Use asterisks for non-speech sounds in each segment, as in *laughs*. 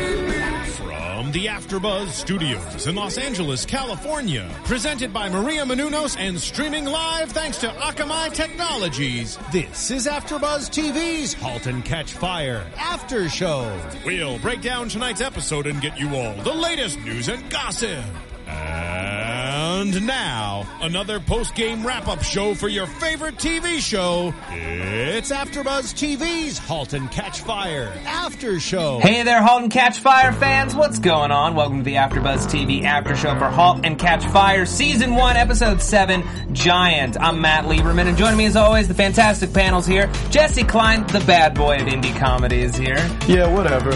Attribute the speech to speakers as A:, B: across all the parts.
A: From the AfterBuzz Studios in Los Angeles, California, presented by Maria Menounos and streaming live thanks to Akamai Technologies. This is AfterBuzz TV's *Halt and Catch Fire* After Show. We'll break down tonight's episode and get you all the latest news and gossip. And now, another post-game wrap-up show for your favorite TV show. It's AfterBuzz TV's *Halt and Catch Fire* After Show.
B: Hey there, Halt and Catch Fire fans! What's going on? Welcome to the AfterBuzz TV After Show for Halt and Catch Fire, Season One, Episode Seven, Giant. I'm Matt Lieberman, and joining me as always, the fantastic panels here. Jesse Klein, the bad boy of indie comedy, is here.
C: Yeah,
D: *laughs*
C: whatever.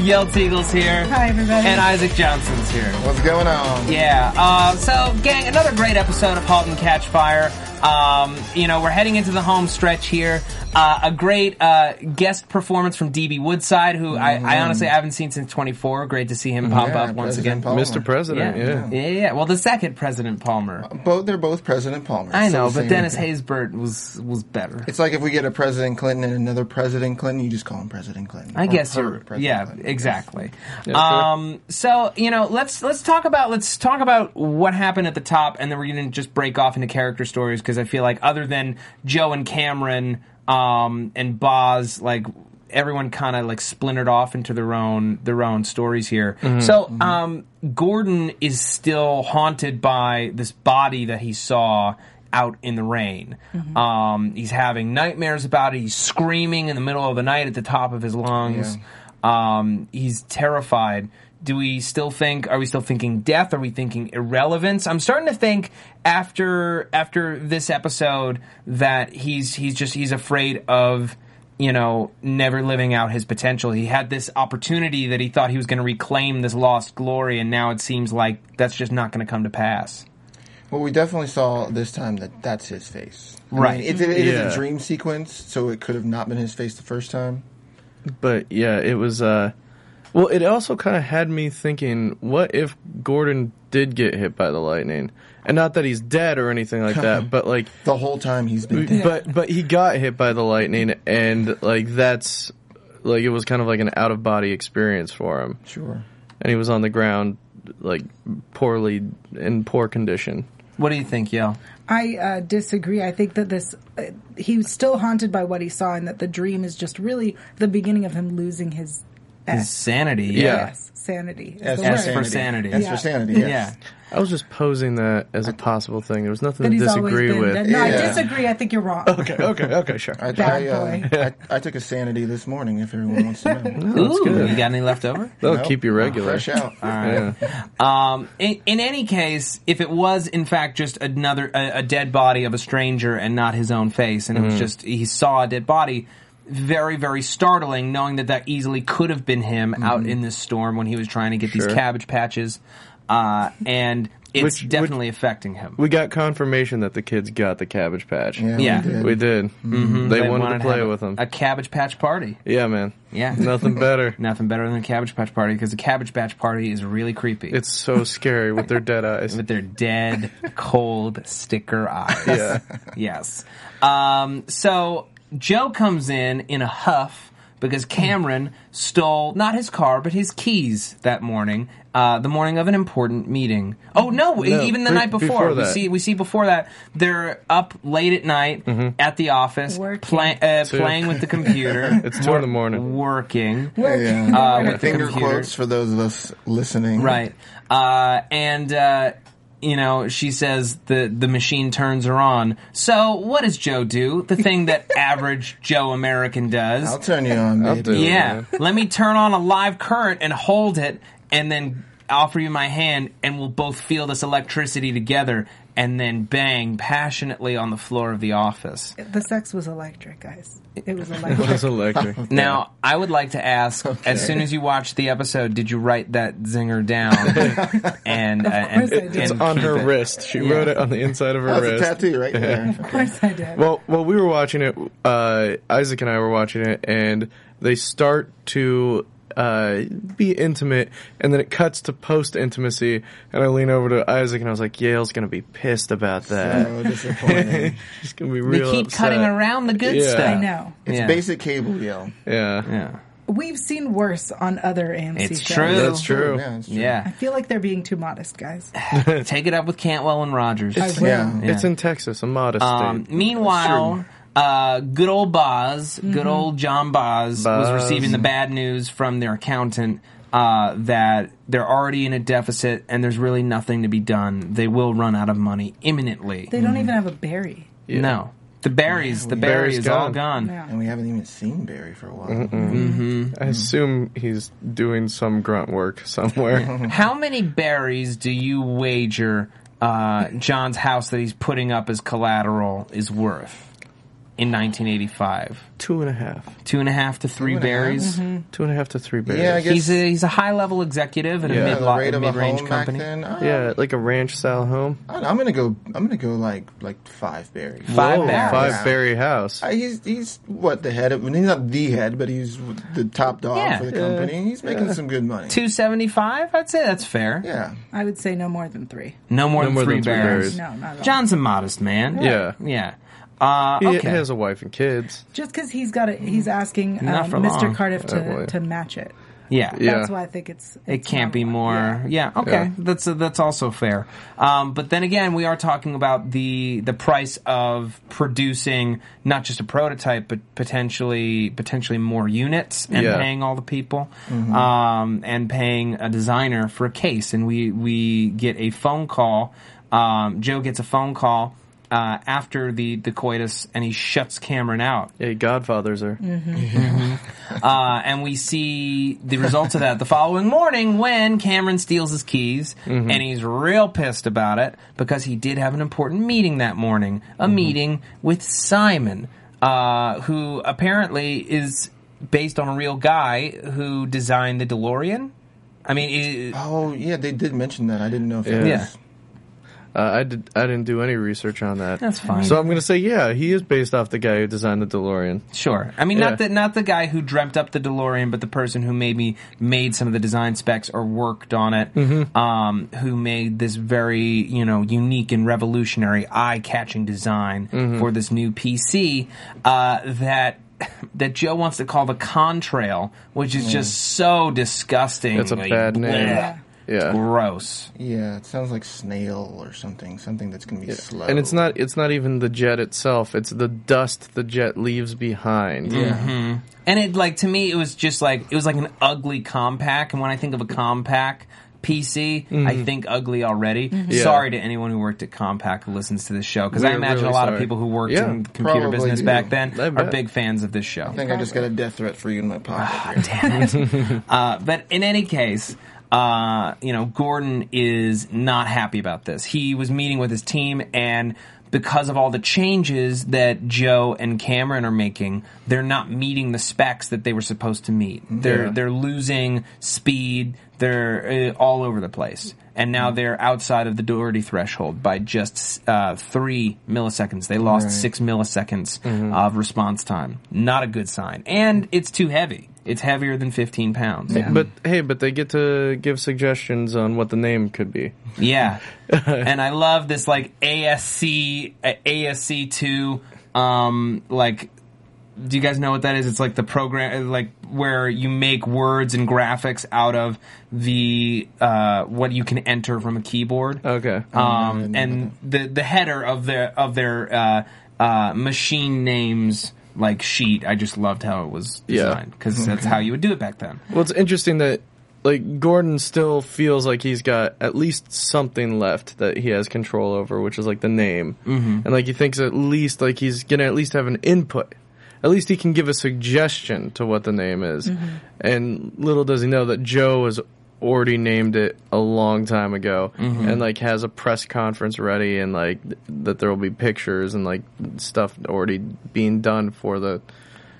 B: Yell Teagle's here.
E: Hi, everybody.
B: And Isaac Johnson's here.
C: What's going on?
B: Yeah. Uh, so, gang, another great episode of Halt and Catch Fire. Um, you know, we're heading into the home stretch here. Uh, a great uh, guest performance from DB Woodside, who I, I honestly haven't seen since 24. Great to see him pop
C: Mm-hmm. Yeah,
B: up once
C: President
B: again.
C: Palmer.
A: Mr. President, yeah.
B: yeah, yeah. Well, the second President Palmer.
C: Both they're both President Palmer.
B: I
C: It's
B: know,
C: the
B: but
C: same-
B: Dennis Haysbert was was better.
C: It's like if we get a President Clinton and another President Clinton, you just call him President Clinton.
B: I
C: Or
B: guess
C: her
B: you're,
C: President
B: yeah,
C: Clinton.
B: exactly. um, so you know, let's let's talk about let's talk about what happened at the top, and then we're gonna just break off into character stories because I feel like other than Joe and Cameron um, and Boz, like everyone kind of like splintered off into their own their own stories here. So um, Gordon is still haunted by this body that he saw out in the rain. Um, he's having nightmares about it. He's screaming in the middle of the night at the top of his lungs. Um, he's terrified. Do we still think? Are we still thinking death? Are we thinking irrelevance? I'm starting to think after after this episode that he's he's just he's afraid of you know never living out his potential. He had this opportunity that he thought he was going to reclaim this lost glory, and now it seems like that's just not going to come to pass.
C: Well, we definitely saw this time that that's his face. I
B: Right.
C: mean, it it- it is
D: Yeah.
C: a dream sequence, so it could have not been his face the first time.
D: but yeah, it was. Uh, well, it also kind of had me thinking: what if Gordon did get hit by the lightning? And not that he's dead or anything like *laughs* that, but like,
C: The whole time he's been dead.
D: but but he got hit by the lightning, and like that's like it was kind of like an out of body experience for him,
C: Sure.
D: and he was on the ground like poorly in poor condition.
B: What do you think, Yo?
E: I uh, disagree. I think that this, uh, he was still haunted by what he saw, and that the dream is just really the beginning of him losing his
B: His sanity.
D: Yeah.
E: yes, sanity. is
C: As
E: the
C: for
E: word.
B: for sanity.
C: As
E: Yeah.
C: for sanity,
B: Yeah.
C: yes.
D: I was just posing that as a possible thing. There was nothing
E: But
D: to
E: he's always
D: disagree
E: been
D: with.
E: dead. No, I
C: Yeah.
E: disagree. I think you're wrong.
D: Okay, okay, okay, sure.
C: I,
E: Bad
C: I,
E: boy.
C: uh, I, I took a sanity this morning, if everyone wants
B: *laughs*
C: to know.
D: That's
B: Ooh,
D: good.
B: you got any left over?
D: They'll
C: Nope.
D: keep you regular.
C: Fresh out.
D: Yeah.
B: Um, in, in any case, if it was in fact just another a, a dead body of a stranger and not his own face, and it
D: Mm-hmm.
B: was just he saw a dead body, very very startling, knowing that that easily could have been him out in this storm when he was trying to get these
D: Mm-hmm. Sure.
B: cabbage patches, uh, and it's
D: Which- which-
B: definitely affecting him.
D: We got confirmation that the kids got the Cabbage Patch.
C: we
B: Yeah.
C: did.
D: We did. Mm-hmm. They, wanted, to play
B: have
D: with them.
B: a cabbage patch party.
D: yeah, man.
B: Yeah.
D: *laughs* Nothing better.
B: Nothing better than a cabbage patch party because the cabbage patch party is really creepy.
D: It's so scary with their dead
B: *laughs*
D: eyes.
B: with their dead, cold sticker eyes.
D: Yeah.
B: Yes. Um, so Joe comes in in a huff because Cameron stole not his car but his keys that morning, uh, the morning of an important meeting. Oh no!
D: No,
B: even the
D: be-
B: night before.
D: before
B: we
D: that.
B: see we see before that they're up late at night
D: Mm-hmm.
B: at the office
E: Working.
B: play, uh, playing
D: *laughs*
B: with the computer.
D: It's two in the morning.
B: working.
C: Yeah.
B: Uh, with the
C: Finger
B: computer.
C: quotes for those of us listening.
B: Right. Uh, and, uh, you know, she says the, the machine turns her on. So what does Joe do? The thing that average Joe American
C: I'll
B: does.
C: turn you on,
D: I'll
C: baby.
D: do it,
B: Yeah.
D: man.
B: Let me turn on a live current and hold it and then offer you my hand and we'll both feel this electricity together. and then bang passionately on the floor of the office.
E: The sex was electric, guys. It was
D: It was
E: electric.
D: electric.
B: Now, I would like to ask as soon as you watch the episode, did you write that zinger down? and, uh, and,
E: course I did.
B: and
E: It's
D: *laughs* on
B: keep
D: her
B: it?
D: wrote. She wrote it on the inside of her
C: That's a
D: wrist.
C: tattoo right there.
E: *laughs* of course I did.
D: Well, while we were watching it, uh, Isaac and I were watching it, and they start to uh, be intimate, and then it cuts to post intimacy, and I lean over to Isaac, and I was like, "Yale's gonna be pissed about that.
C: So disappointing.
D: She's gonna be
B: They
D: real."
B: keep
D: upset.
B: cutting around the good
D: Yeah.
B: stuff.
E: I know.
C: It's
B: Yeah.
C: basic cable yell.
D: Yeah,
B: Yeah.
E: We've seen worse on other AMC
B: It's
E: shows.
B: true.
D: that's true.
C: Yeah, it's true.
E: I
B: Yeah.
E: feel like they're being too modest, guys.
B: Take it up with Cantwell and Rogers.
E: I will.
C: Yeah.
D: It's in Texas, a modest
B: Um,
D: state.
B: meanwhile, uh, good old Boz, good old John Boz, was
D: Boz.
B: receiving the bad news from their accountant uh, that they're already in a deficit and there's really nothing to be done. They will run out of money imminently.
E: They don't even have a berry.
B: No. The berries, the
D: Barry's
B: berry is all gone.
C: And we haven't even seen Barry for a while.
D: I assume he's doing some grunt work *laughs* somewhere.
B: How many berries do you wager uh, John's house that he's putting up as collateral is worth in 1985?
D: Two and a half,
B: Two and a half to three
C: and a half?
B: berries.
D: two and a half to three bears.
C: Yeah, I guess-
B: He's a he's a high level executive in
D: Yeah.
B: a
C: Yeah,
B: mid
C: the rate of a
B: mid range
C: home
B: company.
C: back then. Uh,
D: Yeah, like a ranch style home.
C: I- I'm gonna go. I'm gonna go like like five berries.
B: Five berries.
D: Oh, Five berry house.
C: Uh, He's he's what the head of? He's not the head, but he's the top dog
B: Yeah.
C: for the company. He's making some good money.
B: Two seventy five. I'd say that's fair.
C: Yeah,
E: I would say no more than three.
B: No more
D: No
B: than
D: more
B: three
D: than three
B: berries.
D: berries.
E: No, not at all.
B: John's a modest man.
D: Yeah.
B: Yeah. Uh,
D: He
B: okay.
D: has a wife and kids.
E: Just because he's got it, he's asking um,
B: Mm. Not for
E: Mr.
B: long.
E: Cardiff to,
C: Oh,
D: boy.
E: to match it.
B: yeah.
D: Yeah.
E: That's why I think it's.
B: It
E: it's
B: can't
E: not
B: be
E: a lot.
B: more.
E: Yeah.
B: Yeah. okay.
D: Yeah.
B: That's uh, that's also fair. Um, but then again, we are talking about the the price of producing not just a prototype, but potentially potentially more units and
D: Yeah.
B: paying all the people, um, and paying a designer for a case. And we we get a phone call. Um, Joe gets a phone call. Uh, after the, the coitus, and he shuts Cameron out.
D: Yeah, Godfathers are.
B: Uh, and we see the results of that the following morning when Cameron steals his keys and he's real pissed about it because he did have an important meeting that morning, a meeting with Simon, uh, who apparently is based on a real guy who designed the DeLorean. I mean, it,
C: Oh yeah, they did mention that. I didn't know if that
D: Yeah.
C: was
D: Uh, I did. I didn't do any research on that.
B: That's fine.
D: So I'm gonna say, yeah, he is based off the guy who designed the DeLorean.
B: sure. I mean,
D: Yeah.
B: not the not the guy who dreamt up the DeLorean, but the person who maybe made some of the design specs or worked on it.
D: Mm-hmm.
B: Um, who made this very you know unique and revolutionary eye catching design
D: Mm-hmm.
B: for this new PC uh, that. *laughs* That Joe wants to call the contrail, which is just so disgusting.
D: That's a
B: Like,
D: bad name.
B: bleh.
D: Yeah.
B: Gross.
C: Yeah, it sounds like snail or something. Something that's gonna be slow.
D: And it's not. It's not even the jet itself. It's the dust the jet leaves behind.
C: Yeah.
B: And it like to me, it was just like it was like an ugly compact. And when I think of a compact PC, I think ugly already.
D: Mm-hmm. Yeah.
B: Sorry to anyone who worked at Compaq who listens to this show because I
D: We're
B: imagine
D: really
B: a lot of
D: sorry.
B: people who worked
D: Yeah,
B: in computer
C: probably
B: business
C: do.
B: back then
D: I
B: are
D: bet.
B: big fans of this show.
C: I think I just got a death threat for you in my pocket. here.
B: Uh, But in any case, uh, you know, Gordon is not happy about this. He was meeting with his team and because of all the changes that Joe and Cameron are making, they're not meeting the specs that they were supposed to meet. They're
D: Yeah.
B: they're losing speed. They're uh, all over the place, and now they're outside of the Doherty threshold by just uh, three milliseconds. They lost six milliseconds of response time. Not a good sign, and it's too heavy. It's heavier than fifteen pounds.
D: But hey, but they get to give suggestions on what the name could be. *laughs*
B: Yeah, and I love this like ASC uh, ASC two. Um, like, do you guys know what that is? It's like the program, uh, like where you make words and graphics out of the uh, what you can enter from a keyboard.
D: Okay.
B: Um, and the the header of their of their uh, uh, machine names like sheet. I just loved how it was
D: Yeah.
B: designed because that's how you would do it back then.
D: well, it's interesting that like Gordon still feels like he's got at least something left that he has control over, which is like the name, mm-hmm. and like he thinks at least like he's gonna at least have an input. At least he can give a suggestion to what the name is, and little does he know that Joe is already named it a long time ago, and like has a press conference ready, and like th- that there will be pictures and like stuff already being done for the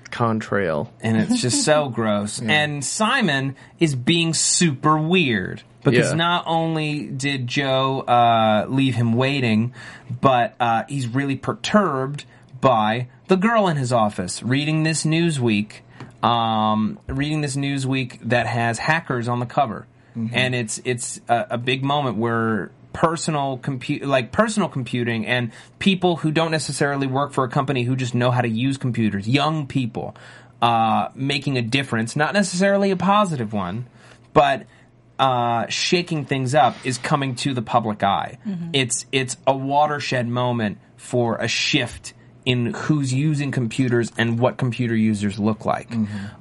D: contrail.
B: and it's just so gross. And Simon is being super weird because
D: Yeah.
B: not only did Joe uh, leave him waiting, but uh, he's really perturbed by the girl in his office reading this Newsweek, um, reading this Newsweek that has hackers on the cover, and it's it's a, a big moment where personal compute like personal computing and people who don't necessarily work for a company who just know how to use computers young people uh, making a difference not necessarily a positive one but uh, shaking things up is coming to the public eye it's it's a watershed moment for a shift in who's using computers and what computer users look like,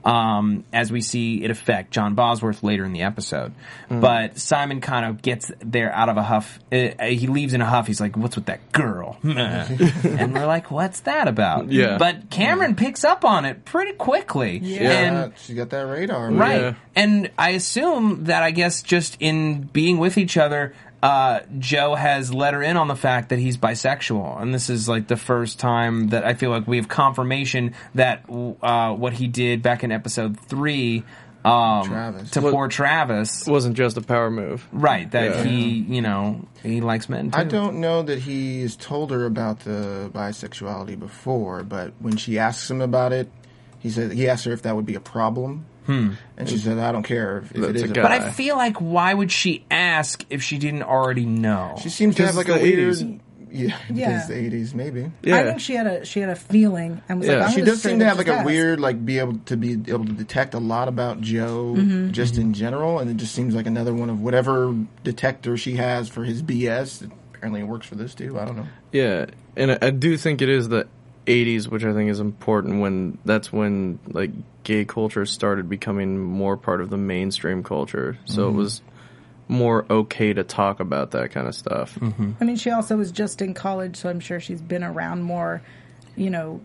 B: um, as we see it affect John Bosworth later in the episode. But Simon kind of gets there out of a huff. Uh, uh, he leaves in a huff. He's like, "What's with that girl?" *laughs* and we're like, "What's that about?"
D: Yeah.
B: But Cameron picks up on it pretty quickly,
C: Yeah,
B: and
C: she got that radar. man.
B: Right.
D: Yeah.
B: And I assume that I guess just in being with each other, uh, Joe has let her in on the fact that he's bisexual, and this is like the first time that I feel like we have confirmation that uh, what he did back in episode three um,
C: Travis.
B: to poor Travis,
D: It wasn't just a power move.
B: right? That
D: Yeah.
B: he, you know, he likes men. Too.
C: I don't know that he's told her about the bisexuality before, but when she asks him about it, he said he asked her if that would be a problem, hmm. and she said, "I don't care if, if it
D: That's
C: is."
D: a
C: A
D: guy.
B: But
C: problem."
B: I feel like why would she ask if she didn't already know?
C: she seems to have like a
D: Because
C: weird,
D: it's the
C: *laughs* yeah,
E: Yeah.
C: because the eighties maybe.
E: I think she had a she had a feeling and was
D: Yeah.
E: like, "Oh, I'm
C: She
E: gonna
C: does
E: straight
C: seem to
E: up
C: have like
E: just
C: a
E: ask.
C: weird, like be able to be able to detect a lot about Joe just in general, and it just seems like another one of whatever detector she has for his BS. Apparently, it works for this too. I don't know.
D: Yeah, and I, I do think it is the '80s, which I think is important. When that's when like gay culture started becoming more part of the mainstream culture, so it was more okay to talk about that kind of stuff. Mm-hmm.
E: I mean, she also was just in college, so I'm sure she's been around more, you know,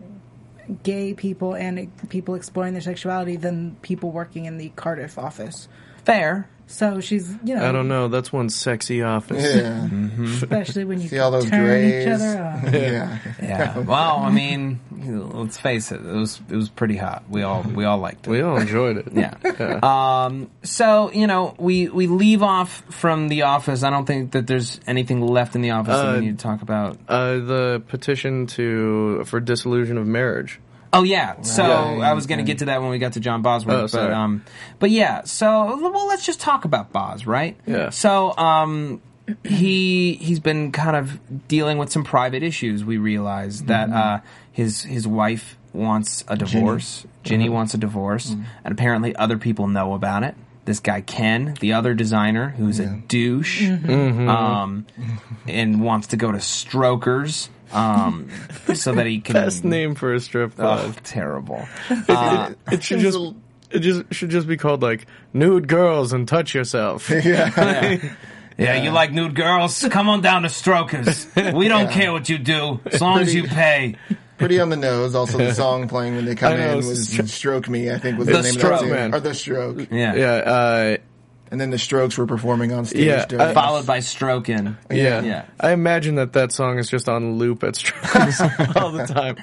E: gay people and e, people exploring their sexuality than people working in the Cardiff office.
B: Fair.
E: So she's, you know,
D: I
C: *laughs*
D: don't know. That's one sexy office.
C: Yeah,
E: especially when you
C: see all those
E: turn
C: grays.
E: each other
C: *laughs*
E: on.
C: yeah.
B: Yeah. Well, I mean, let's face it. It was it was pretty hot. We all we all liked it.
D: We all enjoyed it.
B: Yeah. Um, so you know, we we leave off from the office. I don't think that there's anything left in the office that
D: Uh,
B: we need to talk about.
D: Uh, the petition to for dissolution of marriage.
B: Oh yeah. So
C: Right,
B: I was going to get to that when we got to John Bosworth,
D: Oh,
B: but
D: sorry.
B: um, but yeah. So well, let's just talk about Bos, right?
D: Yeah.
B: So um, he he's been kind of dealing with some private issues. We realize that
D: Mm-hmm.
B: uh, his his wife wants a divorce. Ginny
D: Mm-hmm.
B: wants a divorce, and apparently other people know about it. This guy Ken, the other designer, who's a douche,
D: Mm-hmm.
B: um, and wants to go to Strokers, um, so that he can
D: *laughs* Best name for a strip club.
B: Oh, terrible.
D: it, it should just it just should just be called like nude girls and touch yourself.
B: Yeah, you like nude girls? Come on down to Strokers. We don't care what you do, as long as you pay.
C: Pretty on the nose.
D: *laughs*
C: Also, the song playing when they come
D: I know,
C: in
D: it's
C: was
D: stro-
C: "Stroke Me." I think was
B: The
C: the, name
B: Stroke
C: of that
D: Man.
C: or the Stroke.
B: Yeah.
D: yeah. Uh,
C: And then the Strokes were performing on stage.
D: Yeah,
C: during-
D: I-
B: Followed by stroking.
D: Yeah.
B: Yeah.
D: I imagine that that song is just on loop at Strokes *laughs* all the time.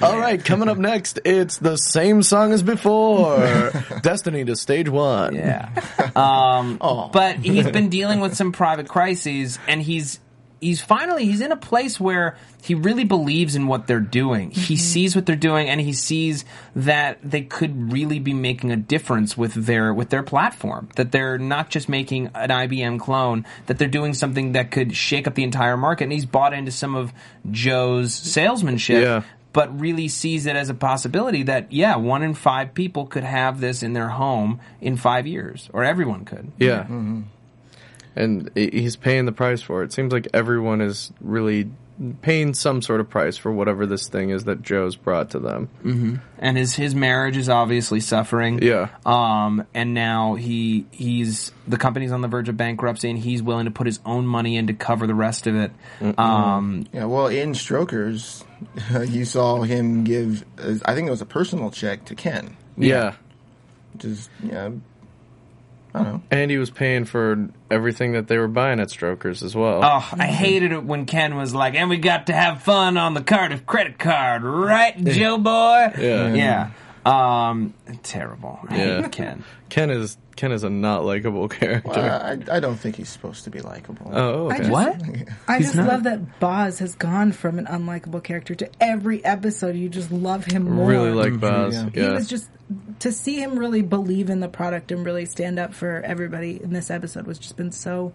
D: All right, coming up next, it's the same song
B: *laughs*
D: as before. Destiny to stage one.
B: Yeah. Um, But he's been dealing with some private crises, and he's he's finally he's in a place where he really believes in what they're doing. He sees what they're doing, and he sees that they could really be making a difference with their with their platform. That they're not just making an IBM clone. That they're doing something that could shake up the entire market. And he's bought into some of Joe's salesmanship
D: Yeah.
B: but really sees it as a possibility that yeah, one in five people could have this in their home in five years, or everyone could.
D: Yeah.
B: Mm-hmm.
D: And he- he's paying the price for it. Seems like everyone is really paying some sort of price for whatever this thing is that Joe's brought to them.
B: And his his marriage is obviously suffering.
D: Yeah.
B: Um, and now he he's the company's on the verge of bankruptcy, and he's willing to put his own money in to cover the rest of it. Um,
C: Yeah, well, in Strokers, *laughs* you saw him give, uh, I think it was a personal check to Ken,
D: Yeah.
C: which is, yeah, I don't know.
D: And he was paying for everything that they were buying at Strokers as well.
B: Oh, I hated it when Ken was like, "And we got to have fun on the Cardiff credit card, right, Joe boy?"
D: Yeah.
B: yeah. Um, terrible. I
D: Yeah.
B: hate Ken.
D: Ken is Ken is a not likable character.
C: Uh, I, I don't think he's supposed to be likable.
D: Oh, okay.
E: just-
B: What?
E: I just love that Boz has gone from an unlikable character to every episode. You just love him more.
D: Really like Boz. Yeah.
C: Mm-hmm, Yeah.
E: He was just to see him really believe in the product and really stand up for everybody in this episode was just been so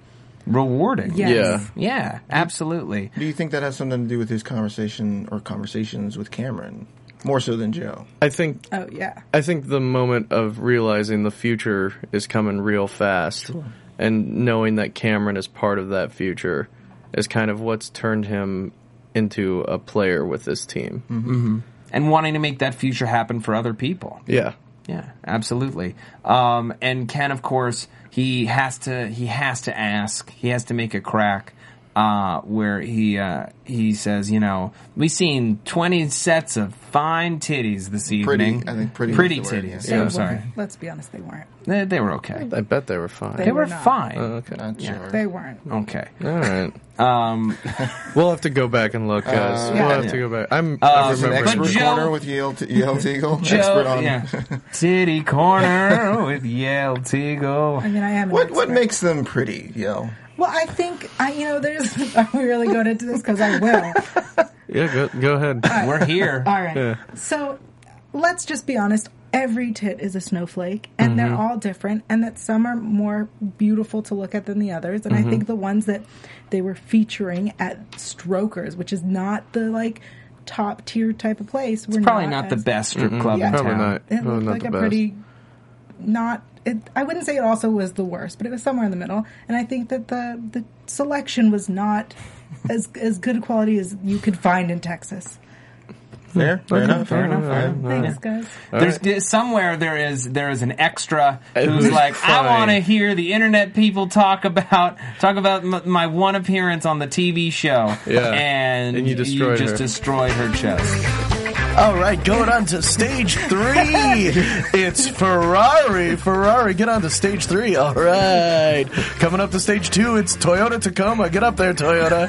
B: Rewarding.
E: yes.
D: Yeah.
B: Yeah, absolutely.
C: Do you think that has something to do with his conversation or conversations with Cameron? More so than Joe.
D: I think
E: Oh yeah.
D: I think the moment of realizing the future is coming real fast and knowing that Cameron is part of that future is kind of what's turned him into a player with this team.
C: Mm-hmm.
B: And wanting to make that future happen for other people.
D: Yeah.
B: Yeah, absolutely. Um, and Ken, of course, he has to he has to ask. He has to make a crack. Uh, where he uh, he says, you know, we seen twenty sets of fine titties this evening.
C: I think pretty is
B: pretty
C: the word, yeah.
B: titties.
C: They
B: Yeah, I'm
E: They
B: sorry,
E: weren't. Let's be honest, they weren't.
B: they, they were okay.
D: I bet they were fine. Oh,
B: They
E: They
B: were
E: were not.
B: fine.
C: Uh,
D: okay.
C: Not sure.
E: They weren't.
B: okay.
D: All right. Um, we'll have to go back and look, guys. we'll
E: yeah.
D: have to go back. I'm,
C: This
D: I'm
C: is an
D: remembering.
C: expert
B: But Joe-
C: corner with Yale, T- Yale
B: *laughs*
C: Teagle.
B: Joe,
C: expert on *laughs*
B: yeah. Titty corner with Yale Teagle.
E: I mean, I am. an
C: what what
E: expert.
C: makes them pretty, Yale?
E: Well, I think I. You know, there's. *laughs* Are we really going into this? Because I will.
D: Yeah, go, go ahead.
B: We're here.
E: *laughs* All right. So let's just be honest. Every tit is a snowflake, and they're all different, and that some are more beautiful to look at than the others. And I think the ones that they were featuring at Strokers, which is not the like top tier type of place, were
B: Probably not the
E: as-
B: best strip club
E: Yeah.
B: in
D: Probably
B: town.
D: not.
E: It
D: Probably
E: looked
D: not
E: like
D: the
E: a
D: best.
E: pretty not. It, I wouldn't say it also was the worst, but it was somewhere in the middle. And I think that the the selection was not as as good a quality as you could find in Texas.
C: Fair, fair enough.
B: Hmm. Fair enough. Fair enough.
E: Thanks, guys.
B: There's somewhere there is there is an extra who's
D: Who's
B: like I
D: crying.
B: want to hear the internet people talk about talk about m- my one appearance on the TV show.
D: Yeah.
B: and,
D: And you destroyed
B: just
D: her.
B: destroyed her chest.
F: All right, going on to stage
D: *laughs*
F: three. it's Ferrari. Ferrari, get on to stage three. All right. Coming up to stage two, it's Toyota Tacoma. Get up there, Toyota.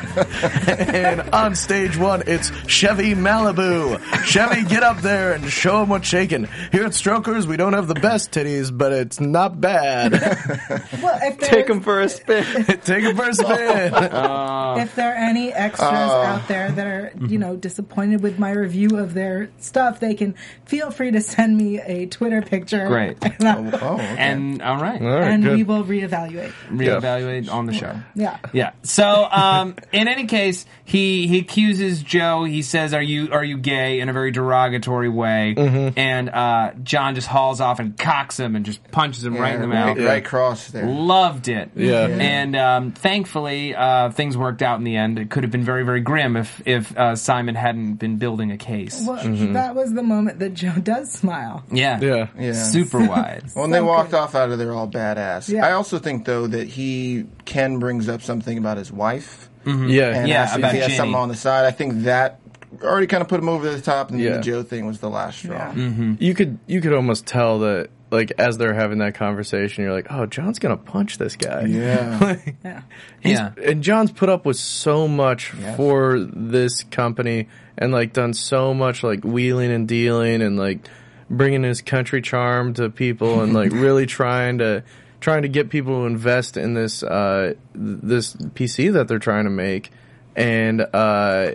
D: *laughs*
F: and on stage one, it's Chevy Malibu. Chevy, get up there and show them what's shaking. Here at Strokers, we don't have the best titties, but it's not bad. *laughs*
E: Well, if there
D: Take
E: is-
D: him for a spin.
F: Take a first spin.
E: if there are any extras
C: Oh.
E: out there that are
C: Mm-hmm.
E: you know disappointed with my review of their stuff they can feel free to send me a twitter picture
B: Great.
E: *laughs* and, I'll-
C: Oh, okay.
B: And all right,
D: All right,
E: and
D: good.
E: we will reevaluate
B: reevaluate on the show.
E: yeah
B: Yeah. So, um, in any case, he he accuses Joe. He says, "Are you are you gay?" in a very derogatory way,
D: Mm-hmm.
B: and uh, John just hauls off and cocks him and just punches him right in the mouth.
C: right, right cross there.
B: Loved it.
D: Yeah. Yeah.
B: And um, thankfully, uh, things worked out in the end. It could have been very, very grim if if uh, Simon hadn't been building a case.
E: well, that was the moment that joe *laughs* does smile
B: Yeah.
D: Yeah.
C: Yeah.
B: Super wide.
C: Well, and they walked off out of there all badass.
E: Yeah.
C: I also think though that he Ken brings up something about his wife
D: Yeah.
C: and
B: Mm-hmm. Yeah,
C: asks
B: about
C: if he has
B: Jenny.
C: something on the side. I think that already kind of put him over the top, and then
D: Yeah.
C: the Joe thing was the last straw.
E: Yeah.
B: Mm-hmm.
D: you could you could almost tell that like as they're having that conversation you're like oh john's gonna punch this guy
C: Yeah.
B: *laughs*
E: yeah
D: *laughs* He's-
B: Yeah.
D: and john's put up with so much for this company and like done so much like wheeling and dealing and like bringing his country charm to people and
B: *laughs*
D: like really trying to trying to get people to invest in this uh th- this pc that they're trying to make and uh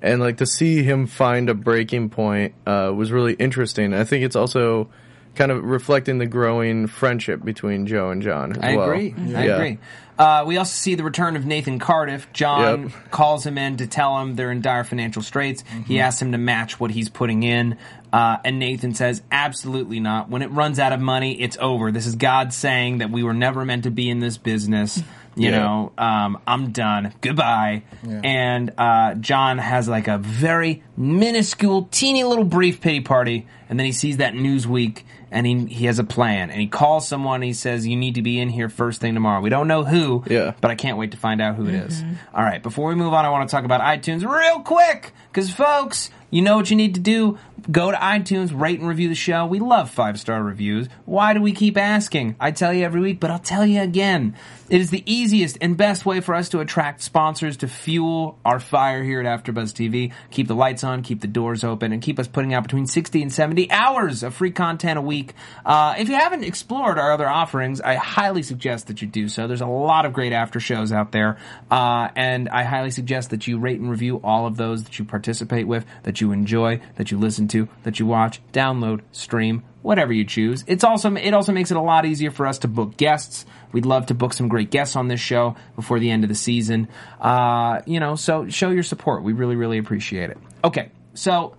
D: and like to see him find a breaking point uh, was really interesting. I think it's also kind of reflecting the growing friendship between Joe and John. As
B: I
D: well.
B: agree. I
D: Yeah.
B: agree. Uh, we also see the return of Nathan Cardiff. John
D: Yep.
B: calls him in to tell him they're in dire financial straits.
D: Mm-hmm.
B: He asks him to match what he's putting in. Uh, and Nathan says, absolutely not. When it runs out of money, it's over. This is God saying that we were never meant to be in this business. You
D: Yeah.
B: know, um, I'm done. Goodbye. And uh, John has like a very minuscule, teeny little brief pity party, and then he sees that Newsweek and he, he has a plan and he calls someone and he says, You need to be in here first thing tomorrow. We don't know who,
D: Yeah.
B: but I can't wait to find out who it is. All right, before we move on, I want to talk about iTunes real quick because, folks, you know what you need to do. Go to iTunes, rate and review the show. We love five star reviews. Why do we keep asking? I tell you every week, but I'll tell you again. It is the easiest and best way for us to attract sponsors to fuel our fire here at AfterBuzz TV. Keep the lights on, keep the doors open, and keep us putting out between 60 and 70 hours of free content a week. Uh, if you haven't explored our other offerings, I highly suggest that you do so. There's a lot of great after shows out there, uh, and I highly suggest that you rate and review all of those that you participate with, that you enjoy, that you listen to, that you watch, download, stream, whatever you choose. It's also it also makes it a lot easier for us to book guests. We'd love to book some great guests on this show before the end of the season. Uh, you know, so show your support. We really, really appreciate it. Okay, so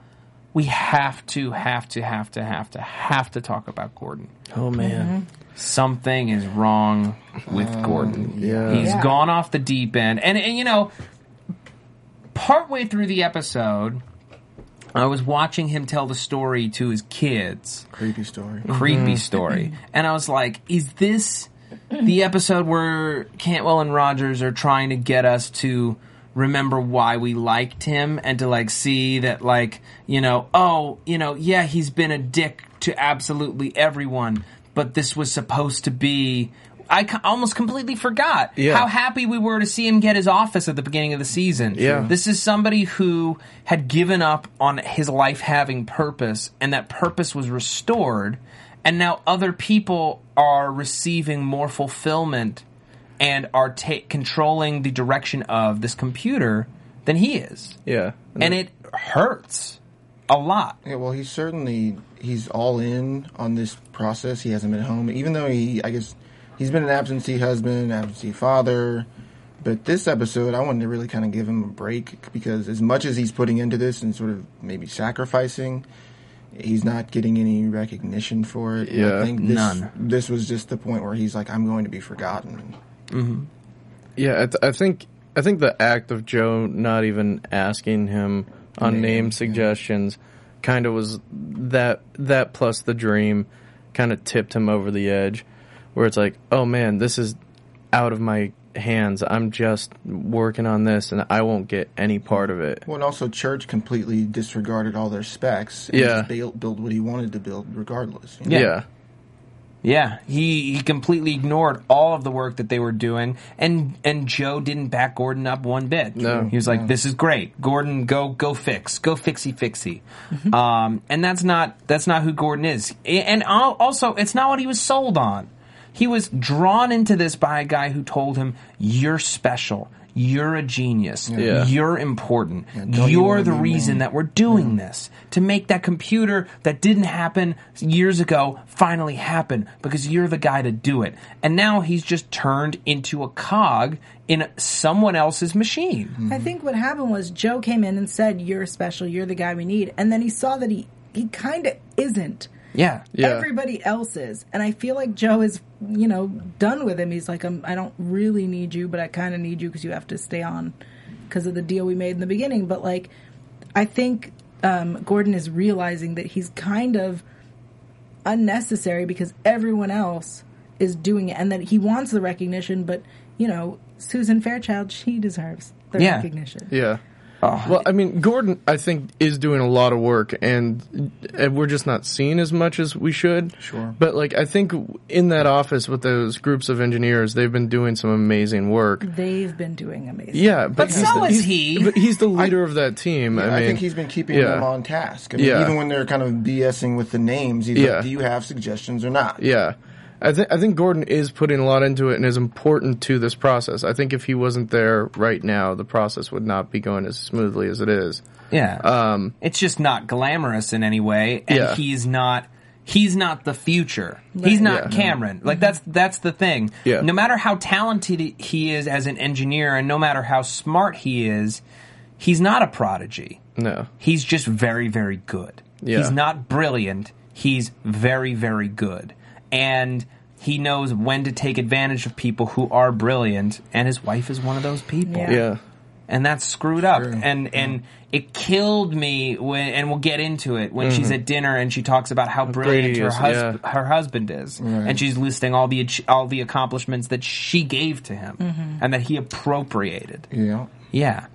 B: we have to, have to, have to, have to, have to talk about Gordon.
F: Oh man.
B: Something is wrong with Gordon.
D: yeah.
B: He's
E: Yeah.
B: gone off the deep end. And, and you know, partway through the episode, I was watching him tell the story to his kids
C: Creepy story.
B: creepy story. And I was like, is this the episode where Cantwell and Rogers are trying to get us to remember why we liked him and to like see that like, you know, oh, you know, yeah, he's been a dick to absolutely everyone, but this was supposed to be I co- almost completely forgot
D: Yeah.
B: how happy we were to see him get his office at the beginning of the season.
D: Yeah.
B: This is somebody who had given up on his life having purpose, and that purpose was restored, and now other people are receiving more fulfillment and are ta- controlling the direction of this computer than he is.
D: Yeah.
B: And it hurts a lot.
C: Yeah, well, he's certainly he's all in on this process. He hasn't been home, even though he, I guess, he's been an absentee husband, absentee father. But this episode, I wanted to really kind of give him a break because as much as he's putting into this and sort of maybe sacrificing, he's not getting any recognition for it. And
D: Yeah,
C: I think this,
B: none.
C: This was just the point where he's like, "I'm going to be forgotten."
D: Yeah, I, th- I think I think the act of Joe not even asking him on
C: Name,
D: name,
C: yeah.
D: suggestions kind of was that that plus the dream kind of tipped him over the edge where it's like, "Oh man, this is out of my hands. I'm just working on this and I won't get any part of it."
C: Well, and also Church completely disregarded all their specs. And
D: Yeah.
C: just built, built what he wanted to build, regardless. you know?
D: Yeah.
B: Yeah, he, he completely ignored all of the work that they were doing, and and Joe didn't back Gordon up one bit.
D: No.
B: he was like, "This is great, Gordon. Go go fix, go fixy fixy." um, and that's not that's not who Gordon is, A- and al- also it's not what he was sold on. He was drawn into this by a guy who told him, "You're special." You're a genius.
D: Yeah.
B: You're important.
C: don't you
B: You're
C: wanna
B: the
C: be me?"
B: reason that we're doing this to make that computer that didn't happen years ago finally happen because you're the guy to do it. And now he's just turned into a cog in someone else's
D: Hmm.
B: machine.
E: I think what happened was Joe came in and said, "You're special. You're the guy we need," and then he saw that he he kind of isn't.
B: Yeah.
D: Yeah.
E: Everybody else is, and I feel like Joe is, you know, done with him. He's like, I'm, I don't really need you, but I kind of need you because you have to stay on because of the deal we made in the beginning. But like, I think um, Gordon is realizing that he's kind of unnecessary because everyone else is doing it, and that he wants the recognition. But you know, Susan Fairchild, she deserves the
B: Yeah.
E: recognition.
D: Yeah.
C: Oh.
D: Well, I mean, Gordon, I think, is doing a lot of work, and, and we're just not seeing as much as we should.
C: Sure.
D: But, like, I think in that office with those groups of engineers, they've been doing some amazing work.
E: They've been doing amazing.
D: Yeah, but,
B: But
D: he's
B: so
D: the-
B: is
D: he's-
B: he.
D: But he's the leader of that team. I
C: I,
D: mean,
C: think he's been keeping
D: yeah.
C: them on task. I mean,
D: Yeah.
C: Even when they're kind of BSing with the names, he's
D: Yeah.
C: like, do you have suggestions or not?
D: Yeah. I think I think Gordon is putting a lot into it and is important to this process. I think if he wasn't there right now, the process would not be going as smoothly as it is.
B: Yeah. Um, it's just not glamorous in any way, and
D: Yeah.
B: he's not. He's not the future. He's not
D: Yeah.
B: Cameron. Like that's that's the thing.
D: Yeah.
B: No matter how talented he is as an engineer, and no matter how smart he is, he's not a prodigy.
D: No.
B: He's just very, very good.
D: Yeah.
B: He's not brilliant. He's very, very good. And he knows when to take advantage of people who are brilliant, and his wife is one of those people.
E: Yeah.
D: Yeah.
B: and that's screwed up. And and it killed me when, and we'll get into it when she's at dinner and she talks about how brilliant
D: he
B: her
D: is,
B: husband her husband is, and she's listing all the ach- all the accomplishments that she gave to him and that he appropriated.
C: Yeah.
B: Yeah.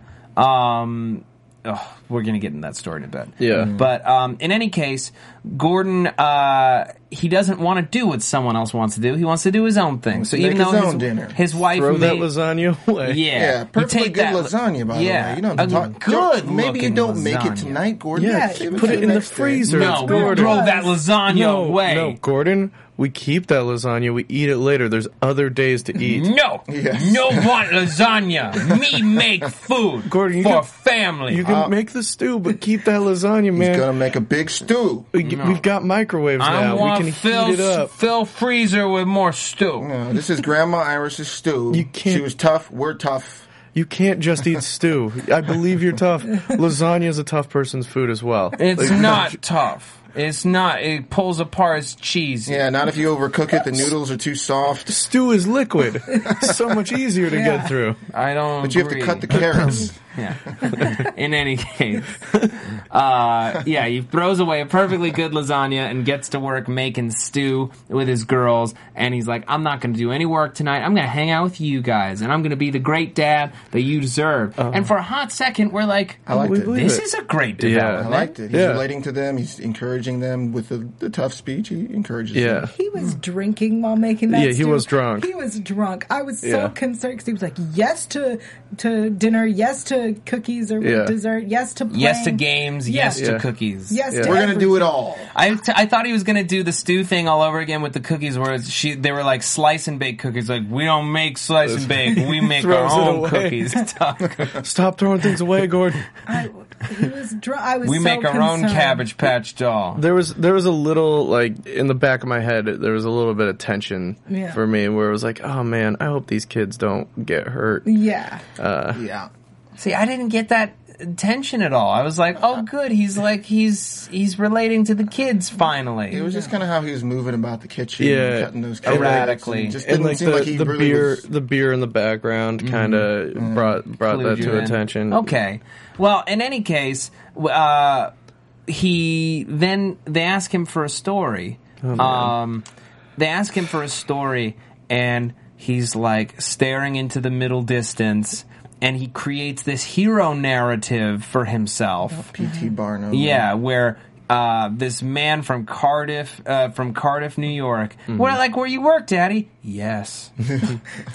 B: Um, oh, we're going to get into that story in a bit.
D: Yeah. Mm.
B: But um, in any case, Gordon, uh, he doesn't want to do what someone else wants to do. He wants to do his own thing. So
C: Make
B: even though
C: his
B: his,
C: own dinner.
B: his wife
D: Throw that
B: made-
D: lasagna *laughs* away.
B: Yeah.
C: Yeah,
B: You
C: perfectly
B: take
C: good
B: that-
C: lasagna, by
B: yeah,
C: the way. You don't have to
B: a
C: talk.
B: Good
C: Joe, maybe you
B: looking
C: don't make it
B: lasagna.
C: tonight, Gordon.
D: Yeah,
C: Give
D: put
C: to
D: it in the
C: next day.
D: freezer.
B: No,
D: It's
B: we
D: Gordon.
B: throw that lasagna
D: no,
B: away.
D: no, Gordon. We keep that lasagna. We eat it later. There's other days to eat.
B: No,
C: Yes.
B: no want lasagna. Me make food
D: Gordon, you
B: for
D: can-
B: family.
D: You can make the stew, but keep that lasagna, man.
C: Uh, He's gonna make a big stew.
D: we, We've got microwaves
B: I
D: now.
B: want
D: We can
B: fill
D: heat it up.
B: fill freezer with more stew.
C: Uh, this is Grandma Iris's stew.
D: You can't-
C: She was tough. We're tough.
D: You can't just eat stew. I believe
B: *laughs*
D: you're tough. Lasagna is a tough person's food as well.
B: It's
D: Like,
C: *laughs*
B: not tough. It's not. It pulls apart. It's cheese.
C: Yeah, not if you overcook it. The noodles are too soft.
D: Stew is liquid. so much easier to
E: Yeah.
D: get through.
B: I don't.
C: But you have to
B: agree.
C: cut
B: *laughs*
C: the carrots.
B: Yeah. In any case, uh, yeah, he throws away a perfectly good lasagna and gets to work making stew with his girls. And he's like, "I'm not going to do any work tonight. I'm going to hang out with you guys, and I'm going to be the great dad that you deserve." and for a hot second, we're like,
C: I liked
D: We
C: it.
D: believe
B: "This
D: it.
B: is a great
D: Yeah.
C: I
B: development."
C: liked it. He's
D: Yeah.
C: relating to them. He's encouraging them with the, the tough speech. He encourages
D: Yeah.
C: them.
E: He was drinking while making that.
D: Hmm. Yeah, he
E: stew.
D: was drunk.
E: He was drunk. I was so
D: Yeah.
E: concerned because he was like, "Yes to to dinner, yes to cookies or
D: Yeah.
E: dessert, yes to playing.
B: Yes to games. Yes
E: Yeah.
B: to
D: Yeah.
B: cookies.
E: yes."
D: Yeah.
E: To
C: We're gonna do it all.
B: I, t- I thought he was gonna do the stew thing all over again with the cookies, where it's- she they were like slice and bake cookies. Like we don't make slice and bake, we make our
D: Throws it
B: own
D: away.
B: cookies. *laughs*
D: Stop throwing things away, Gordon.
E: I, he was drunk. I was.
B: we
E: so
B: make our own
E: concerned.
B: cabbage patch doll.
D: There was there was a little like in the back of my head there was a little bit of tension
E: Yeah.
D: for me where it was like, oh man, I hope these kids don't get hurt.
E: Yeah,
C: Yeah.
B: See, I didn't get that tension at all. I was like, oh, good, he's like he's he's relating to the kids finally.
C: It was just kind of how he was moving about the kitchen,
D: Yeah.
C: cutting those carrots.
B: Erratically.
C: It just
D: And
C: didn't
D: like
C: seem
D: the,
C: like he
D: the
C: really
D: beer
C: was. Mm-hmm.
D: the beer in the background kind of brought brought that
B: Clued
D: to
B: you in.
D: attention.
B: Okay. Well, in any case, w- uh, he then they ask him for a story.
D: Oh,
B: um, they ask him for a story, and he's like staring into the middle distance, and he creates this hero narrative for himself.
C: P.T. Barnum.
B: Yeah, where uh, this man from Cardiff, uh, from Cardiff, New York,
C: Mm-hmm.
B: where like where you work, Daddy?
C: *laughs*
B: Yes,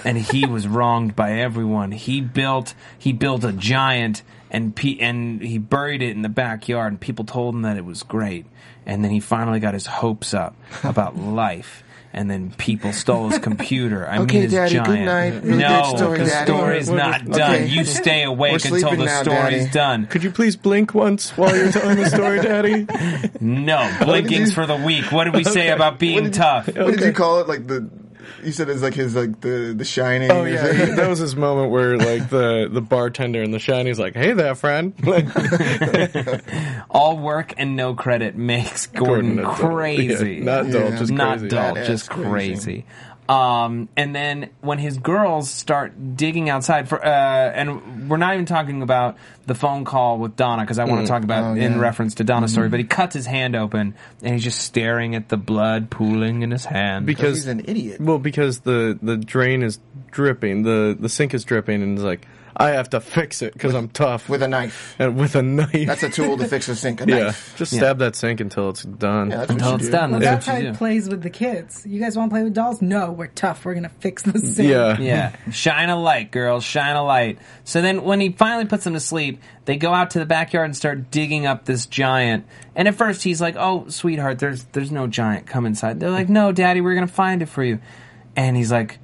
B: and he was wronged by everyone. He built he built a giant and pe- and he buried it in the backyard, and people told him that it was great. And then he finally got his hopes up
C: *laughs*
B: about life. And then people stole his computer. I
C: Okay,
B: mean, his
C: Daddy, good
B: giant.
C: night. Really
B: no,
C: good story,
B: the
C: Daddy.
B: story's
D: We're-
B: not
D: we're-
B: done.
C: okay.
B: You stay awake
C: We're
B: until
C: sleeping
B: the
C: now,
B: story's
C: Daddy.
B: done.
D: Could you please blink once while you're telling the
B: *laughs*
D: story, Daddy?
B: No, blinkings for the week. What did we say about being
C: did-
B: tough?
C: What did you call it? Like the. You said it's like his like the the shining.
D: Oh
C: or
D: yeah,
C: something.
D: he- that was his moment where like the the bartender in the shiny's like, "Hey there, friend." *laughs* Like,
B: All work and no credit makes Gordon,
D: Gordon, uh,
B: crazy.
D: yeah, not dull,
C: Yeah.
D: just
B: Not
D: crazy.
B: dull,
C: That
B: just
C: is crazy.
B: crazy. Um, and then when his girls start digging outside for, uh, and we're not even talking about the phone call with Donna because I
D: Mm.
B: want to talk
E: Oh,
B: about in reference to Donna's
D: Mm-hmm.
B: story. But he cuts his hand open and he's just staring at the blood pooling in his hand.
D: because
C: he's an idiot.
D: Well, because the the drain is dripping, the the sink is dripping, and he's like, "I have to fix it because I'm tough."
C: with a knife.
D: and with a knife.
C: That's a tool to fix a sink. A
D: *laughs* yeah.
C: knife.
D: Just stab that sink until it's done.
C: Yeah, that's what
B: until
C: you
B: it's
C: do.
B: done,
E: well, that's
B: that's
E: how
B: what
E: he
B: you do.
E: plays with the kids. You guys want to play with dolls? No, we're tough. We're gonna fix the sink.
D: Yeah. *laughs*
B: yeah. Shine a light, girls. Shine a light. So then, when he finally puts them to sleep, they go out to the backyard and start digging up this giant. And at first, he's like, "Oh, sweetheart, there's there's no giant. Come inside." They're like, "No, daddy, we're gonna find it for you." And he's like,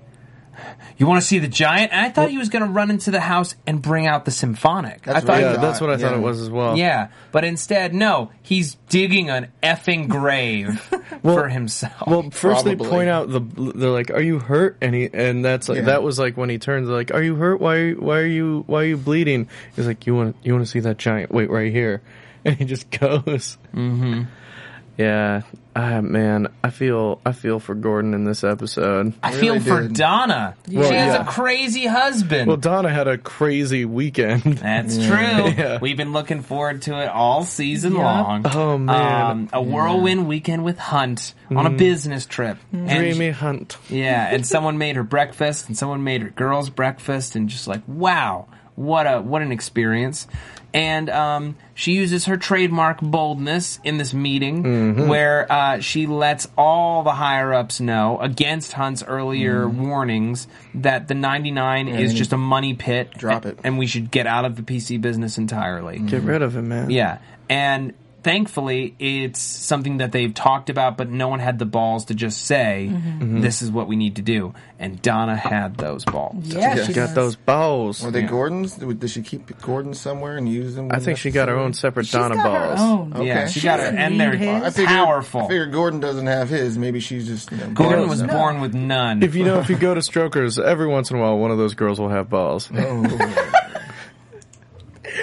B: "You want to see the giant?" And I thought he was gonna run into the house and bring out the symphonic.
C: That's
B: I
C: what
B: thought.
C: I
D: Yeah,
C: thought,
D: that's what I thought
C: yeah.
D: it was as well.
B: Yeah, but instead, no, he's digging an effing
D: *laughs*
B: grave for himself.
D: Well, first they
C: Probably.
D: point out the they're like, "Are you hurt?" And he and that's like
C: Yeah.
D: that was like when he turns they're like, "Are you hurt? Why why are you why are you bleeding?" *laughs* He's like, "You want you want to see that giant? Wait right here." And he just goes. Mm-hmm. Yeah, ah, man, I feel I feel for Gordon in this episode.
B: I feel for
C: did.
B: Donna.
D: Well,
B: she has
D: yeah.
B: a crazy husband.
D: Well, Donna had a crazy weekend.
B: That's true.
D: *laughs* Yeah.
B: We've been looking forward to it all season long.
D: Oh,
B: Um,
D: man. Mm.
B: a whirlwind weekend with Hunt on a business trip. And
D: Dreamy hunt.
B: yeah, and someone made her breakfast, and someone made her girls breakfast, and just like, wow, what a what an experience. And um, she uses her trademark boldness in this meeting,
C: Mm-hmm.
B: where uh, she lets all the higher ups know against Hunt's earlier
C: Mm-hmm.
B: warnings that the 99 is just a money pit.
C: Drop it. Mm-hmm.
B: and we should get out of the PC business entirely.
D: Get rid of him, man.
B: Yeah. And thankfully, it's something that they've talked about, but no one had the balls to just say,
C: Mm-hmm.
B: this is what we need to do. And Donna had those balls.
E: Yeah,
C: Yeah.
E: she
D: Got
E: does.
D: those balls.
C: Were they Gordon's? Did she keep Gordon somewhere and use them?
D: I think she got her own separate
E: She's
D: Donna
E: got her
D: balls.
E: own.
C: Okay.
B: Yeah, she
C: She
B: got her,
E: doesn't
B: and
E: need
B: they're
E: his. I
B: powerful.
C: I figured Gordon doesn't have his. Maybe she's just you know,
B: Gordon was
C: Gordon's not-
B: born with none.
D: If you know, if you go to strokers, every once in a while, one of those girls will have balls.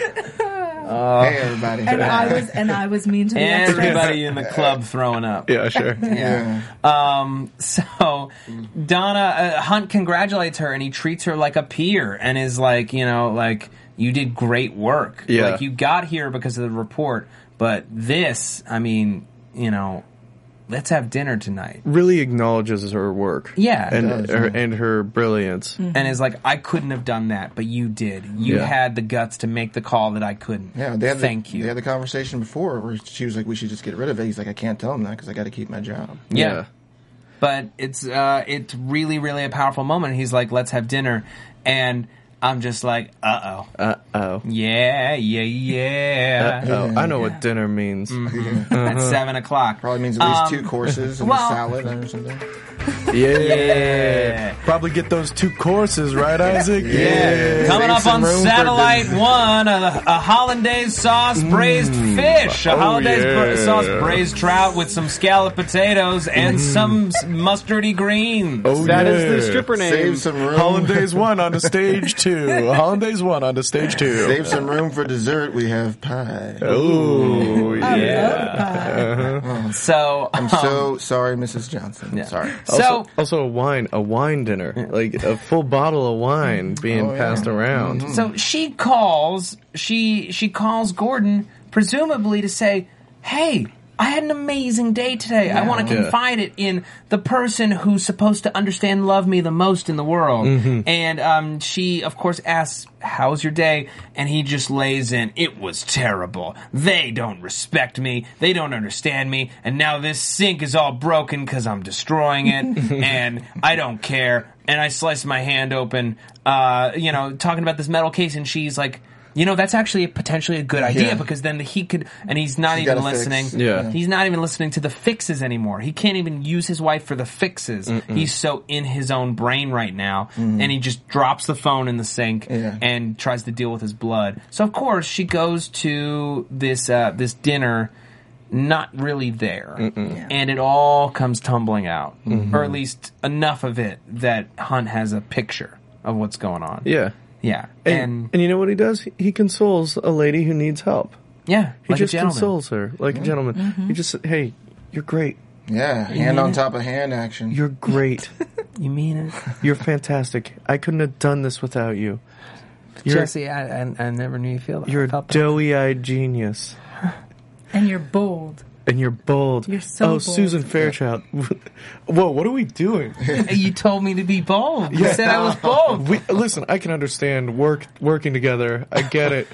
C: hey everybody.
E: And I was and I was mean to the extras.
B: Everybody in the club throwing up.
D: *laughs*
B: *laughs*
D: Yeah, sure.
C: yeah.
B: Um, So Donna uh, Hunt congratulates her and he treats her like a peer and is like, you know, like you did great work.
D: Yeah.
B: Like you got here because of the report, but this, I mean, you know, let's have dinner tonight.
D: Really acknowledges her work.
B: Yeah. Mm.
D: and her and her brilliance.
B: And is like, I couldn't have done that, but you did. You
D: Yeah.
B: had the guts to make the call that I couldn't.
C: Yeah, they had
B: Thank
C: the,
B: you.
C: They had the conversation before where she was like, "We should just get rid of it." He's like, "I can't tell him that because I got to keep my job."
B: yeah. but it's uh, it's really really a powerful moment. He's like, let's have dinner, and I'm just like, uh oh,
D: Uh oh.
B: yeah, yeah,
D: *laughs*
B: yeah. Mm-hmm.
D: Oh, I know what dinner means. Uh-huh.
B: At seven o'clock,
C: Probably means at least
B: Um,
C: two courses and
B: well-
C: a salad or something.
D: Yeah.
B: *laughs* Yeah.
D: Probably get those two courses, right, Isaac?
B: *laughs*
D: Yeah.
B: Coming
D: Save
B: up
D: some
B: on
D: room for
B: Satellite
D: dessert.
B: One, a, a hollandaise sauce braised fish, a
D: Oh,
B: hollandaise bra-
D: yeah.
B: sauce braised trout with some scalloped potatoes and some s- mustardy greens.
D: Mm-hmm. Oh,
G: That is
D: yeah.
G: the stripper name.
C: Save some room.
D: Hollandaise one onto stage
B: *laughs*
D: two. Hollandaise one onto stage two.
C: Save some room for dessert. We have pie.
D: oh yeah.
E: I love that.
B: So, *laughs*
C: I'm so sorry, Mrs. Johnson.
B: Um, yeah.
C: Sorry.
B: So
D: also, also a wine, a wine dinner, like a full bottle of wine being
C: Oh, yeah.
D: passed around.
B: So she calls she she calls Gordon presumably to say, "Hey, I had an amazing day today. I want to
D: Yeah.
B: confide it in the person who's supposed to understand and love me the most in the world."
C: Mm-hmm.
B: And um, she of course asks, "How's your day?" And he just lays in, "It was terrible. They don't respect me. They don't understand me. And now this sink is all broken cuz I'm destroying
C: *laughs*
B: it and I don't care." and I sliced my hand open, uh, you know, talking about this metal case, and she's like, you know, that's actually potentially a good idea
C: Yeah.
B: because then the heat could, and he's not
C: She's
B: even
C: got a fix.
B: listening.
D: Yeah.
B: He's not even listening to the fixes anymore. He can't even use his wife for the fixes. He's so in his own brain right now,
D: Mm-hmm.
B: and he just drops the phone in the sink
C: Yeah.
B: and tries to deal with his blood. So of course she goes to this uh, this dinner, not really there, and it all comes tumbling out,
D: Mm-hmm.
B: or at least enough of it that Hunt has a picture of what's going on.
D: Yeah.
B: yeah, and,
D: And, and you know what he does? He, he consoles a lady who needs help.
B: yeah,
D: He
B: like
D: just
B: a gentleman.
D: consoles her like a gentleman.
C: Mm-hmm.
D: He just said, "Hey, you're great.
C: Yeah, hand on top of hand action.
D: You're
C: *laughs*
D: great.
B: You mean it,
D: you're fantastic. I couldn't have done this without you. You're,
B: Jesse? I, I I never knew you feel that.
D: You're
B: I
D: a
B: felt that.
D: doughy-eyed genius,
E: And you're bold.
D: and you're bold.
E: You're so
D: oh,
E: bold.
D: Susan Fairchild. *laughs* Whoa, what are we doing?
B: You told me to be bold. You said I was
C: *laughs*
B: bold.
D: We, listen, I can understand work working together. I get it,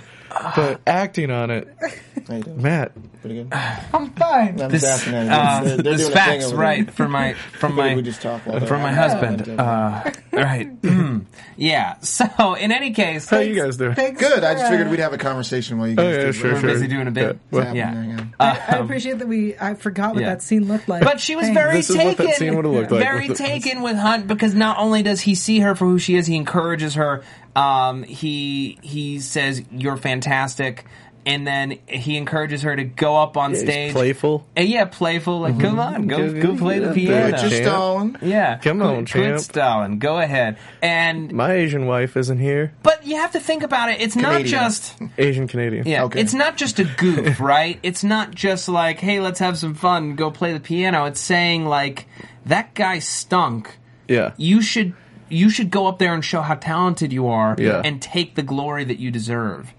D: but acting on it,
C: How you doing?
D: Matt.
C: Pretty good.
E: I'm fine.
C: I'm
B: uh, This,
C: fascinated.
B: uh,
C: They're- they're
B: this
C: doing a thing
B: facts,
C: over there.
B: right? From my from
C: We-
B: my
C: we just talked about
B: from
C: that.
B: my husband. Uh, right? Mm. yeah. So in any case,
D: How you guys doing?
E: Thanks
C: Good. I
E: for,
C: just
E: uh,
C: figured we'd have a conversation while you guys.
D: Oh,
B: Oh,
D: yeah,
C: did
D: sure,
B: we're
D: sure.
B: busy doing a bit.
D: Yeah.
C: what's
B: Yeah. Uh,
C: happening, yeah.
E: I appreciate that we. I forgot what
B: yeah.
E: that scene looked like.
B: But she was
E: Thanks.
B: very
D: This is
B: taken.
D: what that scene would've looked like.
B: Very taken with Hunt because not only does he see her for who she is, he encourages her. Um, he he says, "You're fantastic." and then he encourages her to go up on
D: He's
B: stage.
D: playful.
B: And yeah, playful. Like, come on, go
D: Go-
B: go play the
D: yeah, play
B: piano.
D: with your
C: Just
D: Champ.
C: Stalin.
B: Yeah,
D: Come on,
B: quit, quit
D: champ.
B: stalling. Go ahead. And
D: My Asian wife isn't here.
B: but you have to think about it. It's
C: Canadian.
B: not just
D: Asian Canadian.
B: yeah.
C: Okay.
B: It's not just a
D: *laughs*
B: goof, right? It's not just like, hey, let's have some fun, go play the piano. It's saying like that guy stunk.
D: Yeah.
B: You should you should go up there and show how talented you are
D: Yeah. Mm.
B: and take the glory that you deserve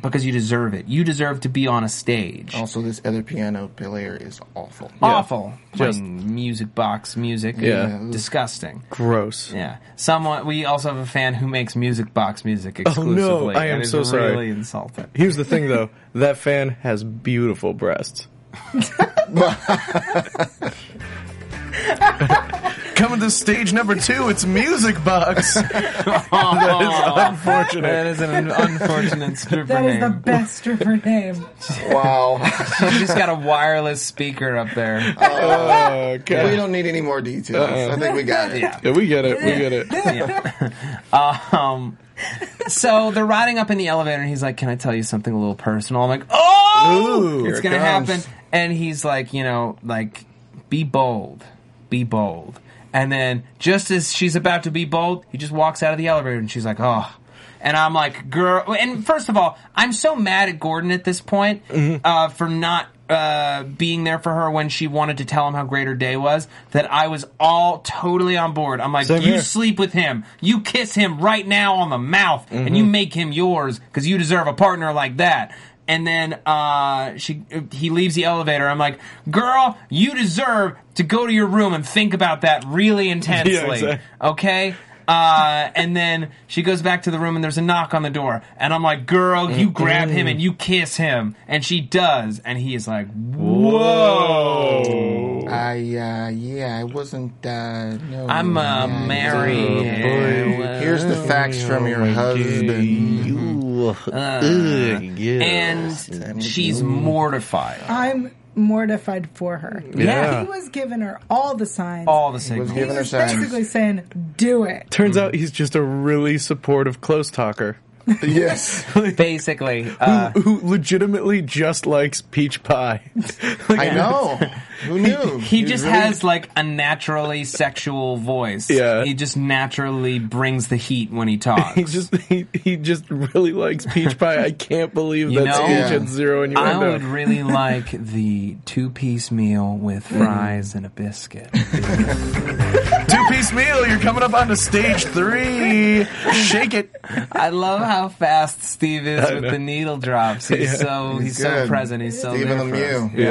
B: because you deserve it. You deserve to be on a stage.
C: Also, this other piano player is
B: *laughs*
C: awful.
B: Awful.
D: Just-
B: Playing music box music.
D: Yeah.
B: Disgusting.
D: Gross.
B: Yeah. Someone we also have a fan who makes music box music exclusively.
D: I am
B: and is
D: so sorry.
B: really insulted.
D: Here's the thing, though. that fan has beautiful breasts.
F: Coming to stage number two, it's Music
D: *laughs*
F: Box.
B: *laughs* That is an unfortunate stripper
E: That is the
B: name.
E: best stripper name.
C: Wow. *laughs*
B: She's just got a wireless speaker up there.
D: Okay.
C: We don't need any more details. I think we got it.
B: Uh-uh. Yeah.
D: Yeah, we get it. We get it.
B: Um, so they're riding up in the elevator, and he's like, "Can I tell you something a little personal?" I'm like, "Oh,
D: Ooh,
B: it's
C: here
B: gonna
C: it comes.
B: happen." And he's like, "You know, like, be bold, be bold." And then just as she's about to be bold, he just walks out of the elevator, and she's like, "Oh." And I'm like, girl. And first of all, I'm so mad at Gordon at this point uh, for not uh, being there for her when she wanted to tell him how great her day was. That I was all totally on board. I'm like,
D: Same
B: you
D: here.
B: sleep with him. You kiss him right now on the mouth, and you make him yours because you deserve a partner like that. And then uh, she, he leaves the elevator. I'm like, girl, you deserve to go to your room and think about that really intensely,
D: exactly.
B: okay? Uh, and then she goes back to the room, and there's a knock on the door, and I'm like, girl, you grab him and you kiss him, and she does, and he is like, whoa.
D: Oh.
C: I, uh, yeah, I wasn't, uh, no.
B: I'm uh,
C: yeah,
D: Oh,
B: married.
C: yeah. Here's the facts from
B: Oh *laughs*
C: your husband.
B: Uh, and she's mortified.
E: I'm mortified for her.
D: Yeah.
E: He was giving her all the signs.
B: All the
C: Was
E: he
B: signals.
C: giving her
E: was
C: signs.
E: basically saying, do it.
D: Turns out he's just a really supportive close talker
C: Yes.
B: Basically, uh,
D: who legitimately just likes peach pie. *laughs* Like,
C: I know. Who knew?
B: he
C: was
B: just
C: really-
B: has like a naturally sexual voice.
D: Yeah.
B: he just naturally brings the heat when he
C: *laughs*
B: talks.
D: He just he, he just really likes peach pie. I can't believe
B: You
D: that's
B: know,
D: peach
C: Yeah.
D: and zero
B: I
D: innuendo.
B: would
C: *laughs*
B: really like the two-piece meal with
C: Mm-hmm.
B: fries and a biscuit.
F: two piece meal, you're coming up onto stage three. Shake it.
B: I love how fast Steve
C: *laughs*
B: is with
D: know.
B: the needle drops. He's so he's, so
C: good.
B: present. He's so
C: Even
B: there
C: the
B: for us.
C: Mew. *laughs* Yeah.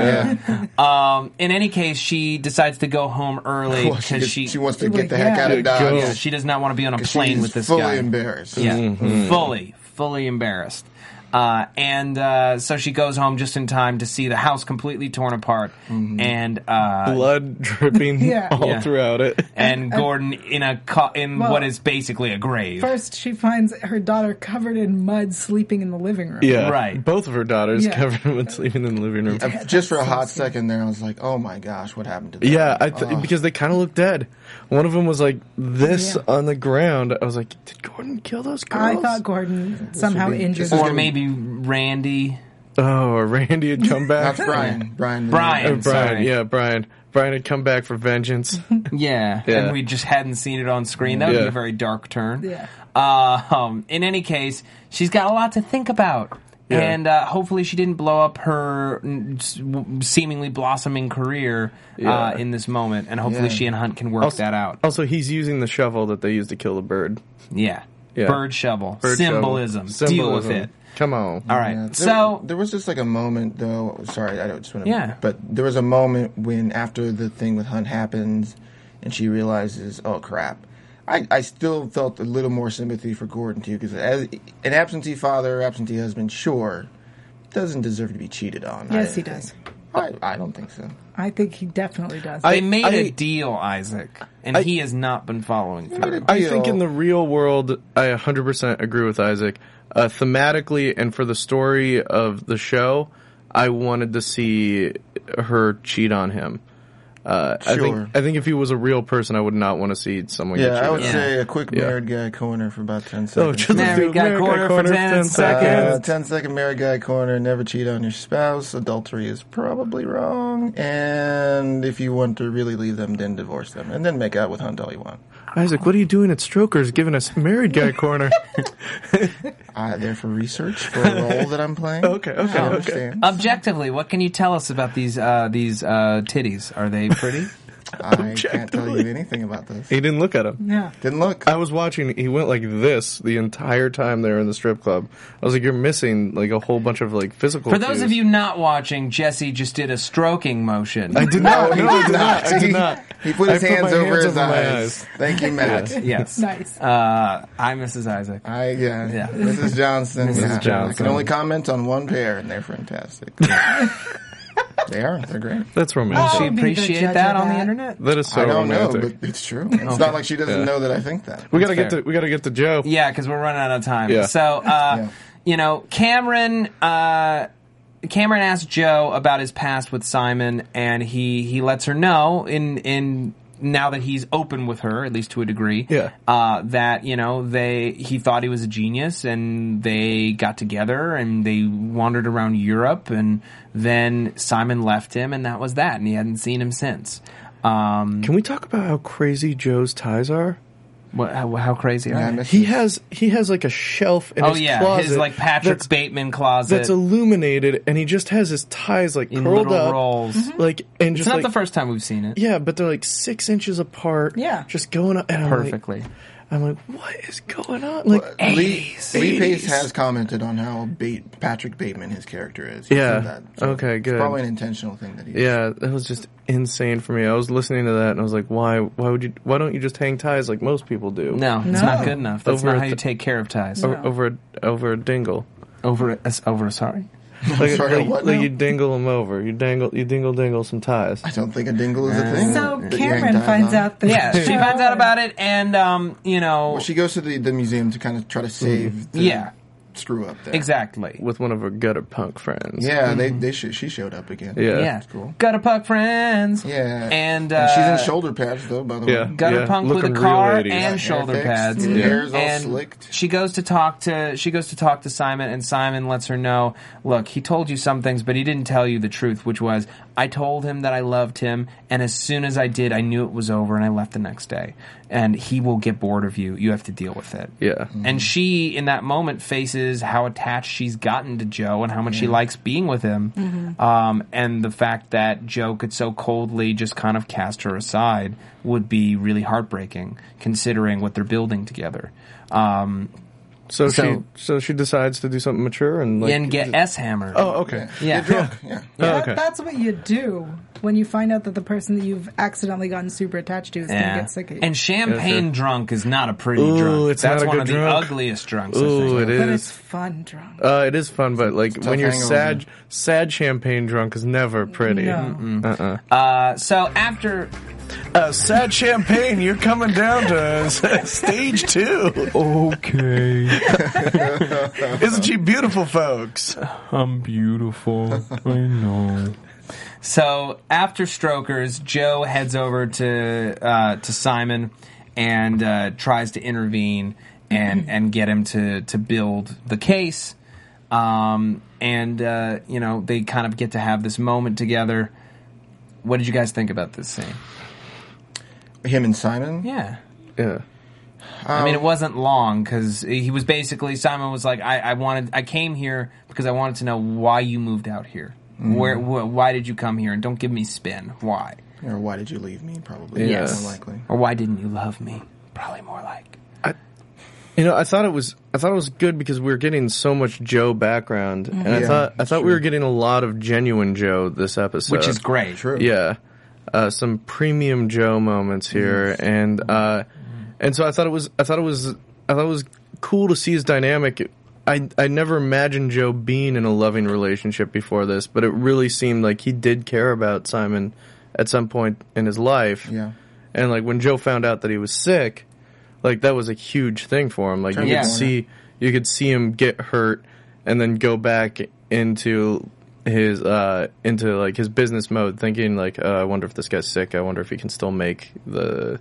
B: Um, in any case, she decides to go home early
C: *laughs* Well,
B: because
C: she, just-
B: she,
C: she wants to
E: Well,
C: get the
E: yeah.
C: heck out
D: Yeah,
C: of Dodge.
D: go.
B: yeah, she does not want to be on a
C: She's
B: plane with this
C: fully
B: guy.
C: embarrassed.
B: Yeah, Mm-hmm. fully, fully embarrassed. Uh, and uh, so she goes home just in time to see the house completely torn apart, and uh,
D: Blood dripping
E: Yeah.
D: all
B: Yeah.
D: throughout it.
B: and Gordon in a co- in
E: Well,
B: what is basically a grave.
E: First, she finds her daughter covered in mud sleeping in the living room.
D: Yeah,
B: Right.
D: Both of her daughters
E: Yeah.
D: covered *laughs* in with sleeping in the living room.
C: Uh, Just for a hot second there, I was like, oh my gosh, what happened to that?
D: Yeah, I th-
C: Oh.
D: because they kind of looked dead. One of them was like this
E: Yeah.
D: on the ground. I was like, did Gordon kill those
E: I
D: girls?
E: thought Gordon somehow
C: would be-
E: injured
C: this is
E: her.
B: or
C: gonna-
B: maybe Randy
D: oh, or Randy had come back.
C: That's Brian. Brian.
D: Or
B: Brian.
D: Brian,
B: sorry.
D: yeah, Brian. Brian had come back for
E: *laughs*
D: vengeance.
B: Yeah.
D: Yeah.
B: and we just hadn't seen it on screen. That would be
D: Yeah.
B: a very dark turn.
E: Yeah.
B: Uh, um, in any case, she's got a lot to think about.
D: Yeah.
B: And uh, hopefully she didn't blow up her mm, s- w- seemingly blossoming career
D: Yeah.
B: uh, in this moment. And hopefully
C: Yeah.
B: she and Hunt can work that out.
D: Also, he's using the shovel that they used to kill the bird.
B: Yeah.
D: Yeah.
B: Bird shovel.
D: Bird
B: Symbolism.
D: shovel.
B: Deal with
D: Symbolism.
B: it.
D: Come on.
B: All right.
C: Yeah, there-
B: so,
C: there was just like a moment though. Sorry, I don't just want to.
B: Yeah.
C: But there was a moment when after the thing with Hunt happens, and she realizes, oh crap. I, I still felt a little more sympathy for Gordon too, because as an absentee father, absentee husband, sure, doesn't deserve to be cheated on. I
E: Yes, he
C: don't
E: does.
C: think. I, I don't think so.
E: I think he definitely does.
B: they
D: I-
B: made a
D: I-
B: deal, Isaac. And he has not been following through.
D: I think in the real world, I 100% agree with Isaac. Uh, thematically and for the story of the show, I wanted to see her cheat on him. Uh, I
C: Sure.
D: think I think if he was a real person, I would not want to see someone.
C: Yeah,
D: get
C: I
D: you
C: would
D: down.
C: say a quick
D: Yeah.
C: married guy corner for about ten
D: Oh,
C: seconds.
D: just
B: Mary
D: do
B: got
D: Mary
B: corner for 10
C: Uh,
B: seconds.
C: 10 second married guy corner. Never cheat on your spouse. Adultery is probably wrong. And if you want to really leave them, then divorce them. And then make out with Hunt all you want.
D: Isaac, what are you doing at Strokers giving us married guy
C: *laughs*
D: corner?
C: I there for research for a role that I'm playing.
D: *laughs* Okay, okay, Uh,
C: I
D: okay.
C: understand.
B: Objectively, what can you tell us about these uh, these uh, titties? Are they
D: *laughs*
B: pretty?
C: I can't tell you anything about this.
D: he didn't look at him.
E: Yeah.
C: Didn't look.
D: I was watching. He went like this the entire time they were in the strip club. I was like, "You're missing like a whole bunch of like physical."
B: For those
D: cues.
B: of you not watching, Jesse just did a stroking motion.
D: I did not.
C: he
D: No, I
C: did
D: did not. I did
C: He-
D: not.
C: *laughs* He put
D: I
C: his hands
D: my
C: over his
D: my
C: eyes. Thank you, Matt.
B: yes.
E: Nice.
B: Uh, I'm Mrs. Isaac.
C: I yeah.
B: Yeah.
C: Mrs. Johnson.
B: Mrs.
C: Yeah. I
D: Johnson.
C: can only comment on one pair, and
D: *laughs*
C: they're fantastic. they are. They're great.
D: That's
B: Does
D: romantic.
B: she
E: I'll be the judge
B: appreciate
E: of
B: that on the
E: that.
B: internet?
D: that is so
C: I don't
D: romantic.
C: know, but it's true. It's not like she doesn't
D: Yeah.
C: know that I think that.
D: we gotta
B: That's
D: get
B: fair.
D: to we gotta get to Joe.
B: Yeah, because we're running out of time.
D: Yeah.
B: So, uh,
C: Yeah.
B: you know, Cameron. Uh, Cameron asked Joe about his past with Simon, and he he lets her know in in now that he's open with her, at least to a degree.
D: Yeah.
B: Uh, that you know they he thought he was a genius, and they got together and they wandered around Europe, and then Simon left him, and that was that, and he hadn't seen him since. Um,
D: Can we talk about how crazy Joe's ties are?
B: what, how, how crazy? Are
C: I
B: they?
C: miss
D: He
C: it.
D: has he has like a shelf in
B: Oh
D: his
B: yeah,
D: closet.
B: his like Patrick
D: that's,
B: Bateman closet.
D: that's illuminated, and he just has his ties like
B: in
D: curled
B: little
D: up,
B: rolls. Mm-hmm.
D: like and
B: It's
D: just
B: not
D: like-
B: the first time we've seen it.
D: Yeah, but they're like six inches apart.
E: Yeah.
D: just going up. And I'm like-
B: Perfectly.
D: I'm like, what is going on? Like,
C: Lee, Lee
D: 80s.
C: Pace has commented on how bait, Patrick Bateman his character is. He
D: Yeah.
C: said that.
D: Okay,
C: it's
D: good.
C: Probably an intentional thing that he. did.
D: yeah, that was just insane for me. I was listening to that and I was like, why? Why would you? Why don't you just hang ties like most people do?
B: No, it's
E: No.
B: not good enough. That's
D: Over
B: not
D: a
B: how you
D: th-
B: take care of ties.
D: O- over a, over a
C: *laughs*
D: dingle.
B: Over, a, over. a- Sorry.
D: Like,
C: sorry,
D: like-
C: what
D: like
C: now?
D: you dingle them over. You dangle you dingle dingle some ties.
C: I don't think a dingle is
D: Uh,
C: a thing.
E: so
C: that you hang
E: Cameron
C: ties
E: finds
C: on.
E: out that
B: *laughs* Yeah,
E: *laughs*
B: she finds out about it, and um, you know,
C: Well, she goes to the, the museum to kind of try to
D: Mm-hmm.
C: save. The
B: Yeah.
C: Screw up there.
B: exactly.
D: with one of her gutter punk friends.
C: Yeah, they they sh- she showed up again.
D: Mm-hmm. Yeah.
B: Yeah,
C: cool.
B: gutter punk friends.
C: Yeah.
B: and, uh,
C: she's in shoulder pads though. By the
D: Yeah.
C: way.
B: gutter
D: Yeah,
B: punk with a
D: looking real
B: car
D: 80s.
B: and
D: Yeah,
B: shoulder
C: hair fixed,
B: pads.
C: and hair's all
B: And
C: slicked.
B: she goes to talk to she goes to talk to Simon, and Simon lets her know, look, he told you some things, but he didn't tell you the truth, which was I told him that I loved him, and as soon as I did, I knew it was over, and I left the next day. And he will get bored of you. You have to deal with it.
D: Yeah.
B: And she, in that moment, faces how attached she's gotten to Joe and how much she likes being with him. Um, and the fact that Joe could so coldly just kind of cast her aside would be really heartbreaking, considering what they're building together. Um,
D: So,
B: So-
D: she so she decides to do something mature and like
B: and get S hammered.
D: Oh, okay.
B: yeah.
D: *laughs*
C: Yeah.
D: Oh,
E: That,
D: okay.
E: That's what you do when you find out that the person that you've accidentally gotten super attached to is going
B: Yeah.
E: to get sick of you.
B: And champagne drunk is not a pretty
D: Ooh,
B: drunk.
D: it's
B: That's
D: not a
B: one
D: good
B: of the
D: drunk.
B: ugliest drunks. I
D: Ooh,
B: think.
D: it
E: but
D: is.
E: it's fun drunk.
D: Uh, it is fun, but like
C: tough
D: when you're
C: hangover.
D: sad, sad champagne drunk is never pretty. Uh-uh.
E: No.
B: Uh, so after
F: Uh, sad champagne, you're coming down to *laughs* stage two.
D: Okay,
F: *laughs* Isn't she beautiful, folks?
D: I'm beautiful. I know.
B: So after Strokers, Joe heads over to uh, to Simon and uh, tries to intervene and and get him to to build the case. Um, and uh, you know they kind of get to have this moment together. What did you guys think about this scene?
C: Him and Simon.
B: Yeah.
D: Yeah,
B: I mean, it wasn't long because he was basically Simon was like, I, "I wanted, I came here because I wanted to know why you moved out here. Where, wh- why did you come here? And don't give me spin. Why?
C: Or why did you leave me? Probably.
D: Yes.
C: More likely.
B: Or why didn't you love me? Probably more like.
D: you know, I thought it was, I thought it was good because we were getting so much Joe background, and I
F: Mm-hmm.
C: Yeah,
D: thought, I
C: that's
D: thought we
C: true.
D: were getting a lot of genuine Joe this episode,
B: Which is great.
C: True.
D: Yeah, uh, some premium Joe moments here, and uh, and so I thought it was, I thought it was, I thought it was cool to see his dynamic. I I never imagined Joe being in a loving relationship before this, but it really seemed like he did care about Simon at some point in his life.
C: Yeah.
D: and like when Joe found out that he was sick, like that was a huge thing for him. Like you
C: Yeah.
D: could see, you could see him get hurt and then go back into his uh into like his business mode, thinking like, uh, I wonder if this guy's sick. I wonder if he can still make the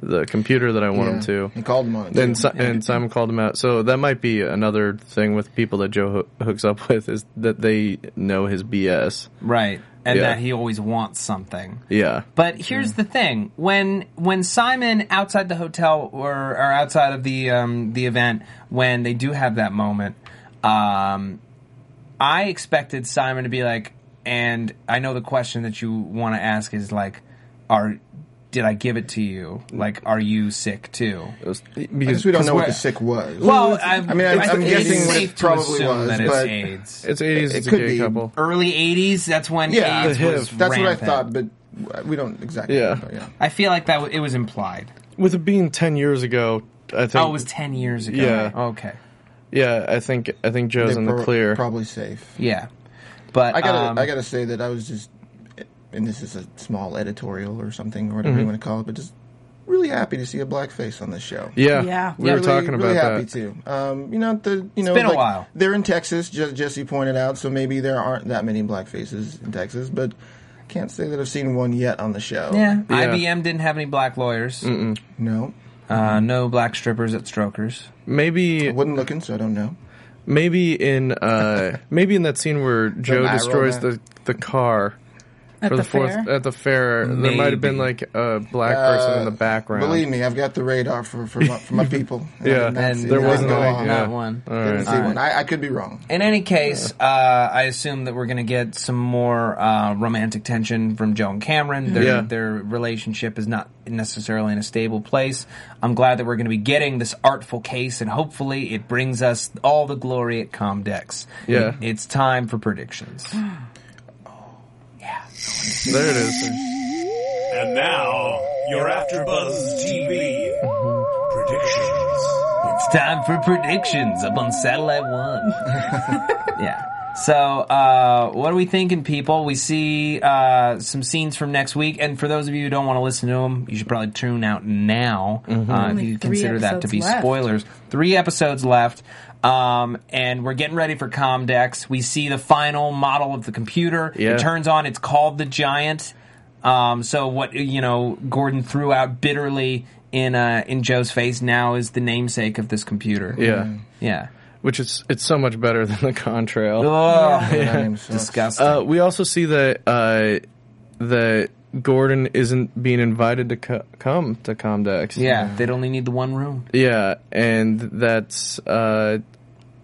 D: the computer that I want him to.
C: He called him on it.
D: And,
C: too.
D: Si- and Simon called him out. So that might be another thing with people that Joe ho- hooks up *laughs* with is that they know his BS.
B: Right. And
D: Yeah.
B: that he always wants something.
D: Yeah.
B: But here's the thing: when when Simon outside the hotel or, or outside of the um, the event, when they do have that moment, um, I expected Simon to be like, and I know the question that you want to ask is like, are did I give it to you? Like, are you sick too?
D: Because
C: I guess we don't know what
B: where-
C: the sick was.
B: Well,
C: I,
B: I,
C: mean, I, I'm
B: think it's
C: guessing what
B: safe
C: it
B: to
C: probably
B: assume
C: was,
B: that it's
C: but
B: AIDS.
D: It's 80s,
C: It
D: it's a
C: could
D: gay
C: be.
D: couple.
B: Early '80s. That's when
C: yeah,
B: AIDS was
C: that's what I
B: rampant.
C: thought, but we don't exactly.
D: Yeah.
C: know, yeah.
B: I feel like that w- it was implied.
D: With it being 10 years ago, I think.
B: Oh, it was ten years ago.
D: Yeah.
B: Okay.
D: yeah, I think I think Joe's in
C: They're
D: the
C: pro-
D: clear.
C: Probably safe.
B: Yeah. But
C: I gotta,
B: um,
C: I gotta say that I was just, and this is a small editorial or something or whatever you want to call it, but just really happy to see a black face on this show.
D: Yeah,
E: Yeah.
D: we were
C: really,
D: talking about
C: really happy
D: that.
C: too. Um, you know the, you know,
B: been a
C: like,
B: while.
C: They're in Texas, Je- Jesse pointed out, so maybe there aren't that many black faces in Texas, but I can't say that I've seen one yet on the show.
B: yeah.
D: Yeah.
B: IBM didn't have any black lawyers.
C: no,
B: Uh, no black strippers at Strokers.
D: Maybe,
C: wasn't looking, so I don't know.
D: maybe
C: *laughs*
D: in uh, maybe in that scene where Joe
C: lateral
D: destroys
C: there.
D: the the car
E: At
D: for
E: the
D: the fourth
E: fair?
D: at the fair, there might have been
B: Maybe.
D: like a black person in the
C: Uh,
D: background.
C: Believe me, I've got the radar for for my,
D: *laughs*
C: for my people.
D: Yeah,
C: I did not
D: and
C: see
D: there
C: that
D: wasn't
C: go
D: any-
C: on.
D: yeah.
B: Not one.
C: Didn't see one. I, I could be wrong.
B: In any case, uh, I assume that we're going to get some more uh, romantic tension from Joe and Cameron. Their,
D: Yeah.
B: their relationship is not necessarily in a stable place. I'm glad that we're going to be getting this artful case, and hopefully, it brings us all the glory at Comdex.
D: Yeah.
B: It- it's time for predictions.
D: *sighs* There it
C: *laughs*
D: is.
H: And now, your AfterBuzz TV predictions.
B: It's time for predictions up on Satellite One. yeah. So, uh, what are we thinking, people? We see uh, some scenes from next week, and for those of you who don't want to listen to them, you should probably tune out now uh, if
E: Only
B: you
E: three
B: consider that to be
E: episodes left.
B: spoilers. Three episodes left, um, and we're getting ready for Comdex. We see the final model of the computer.
D: Yeah.
B: It turns on. It's called the Giant. Um, so what you know, Gordon threw out bitterly in uh, in Joe's face. Now is the namesake of this computer.
D: Yeah,
B: yeah.
D: which is it's so much better than the contrail.
B: Ugh,
C: My name sucks.
B: disgusting.
D: Uh, we also see that uh, that Gordon isn't being invited to co- come to Comdex.
B: yeah, they'd only need the one room.
D: yeah, and that's uh,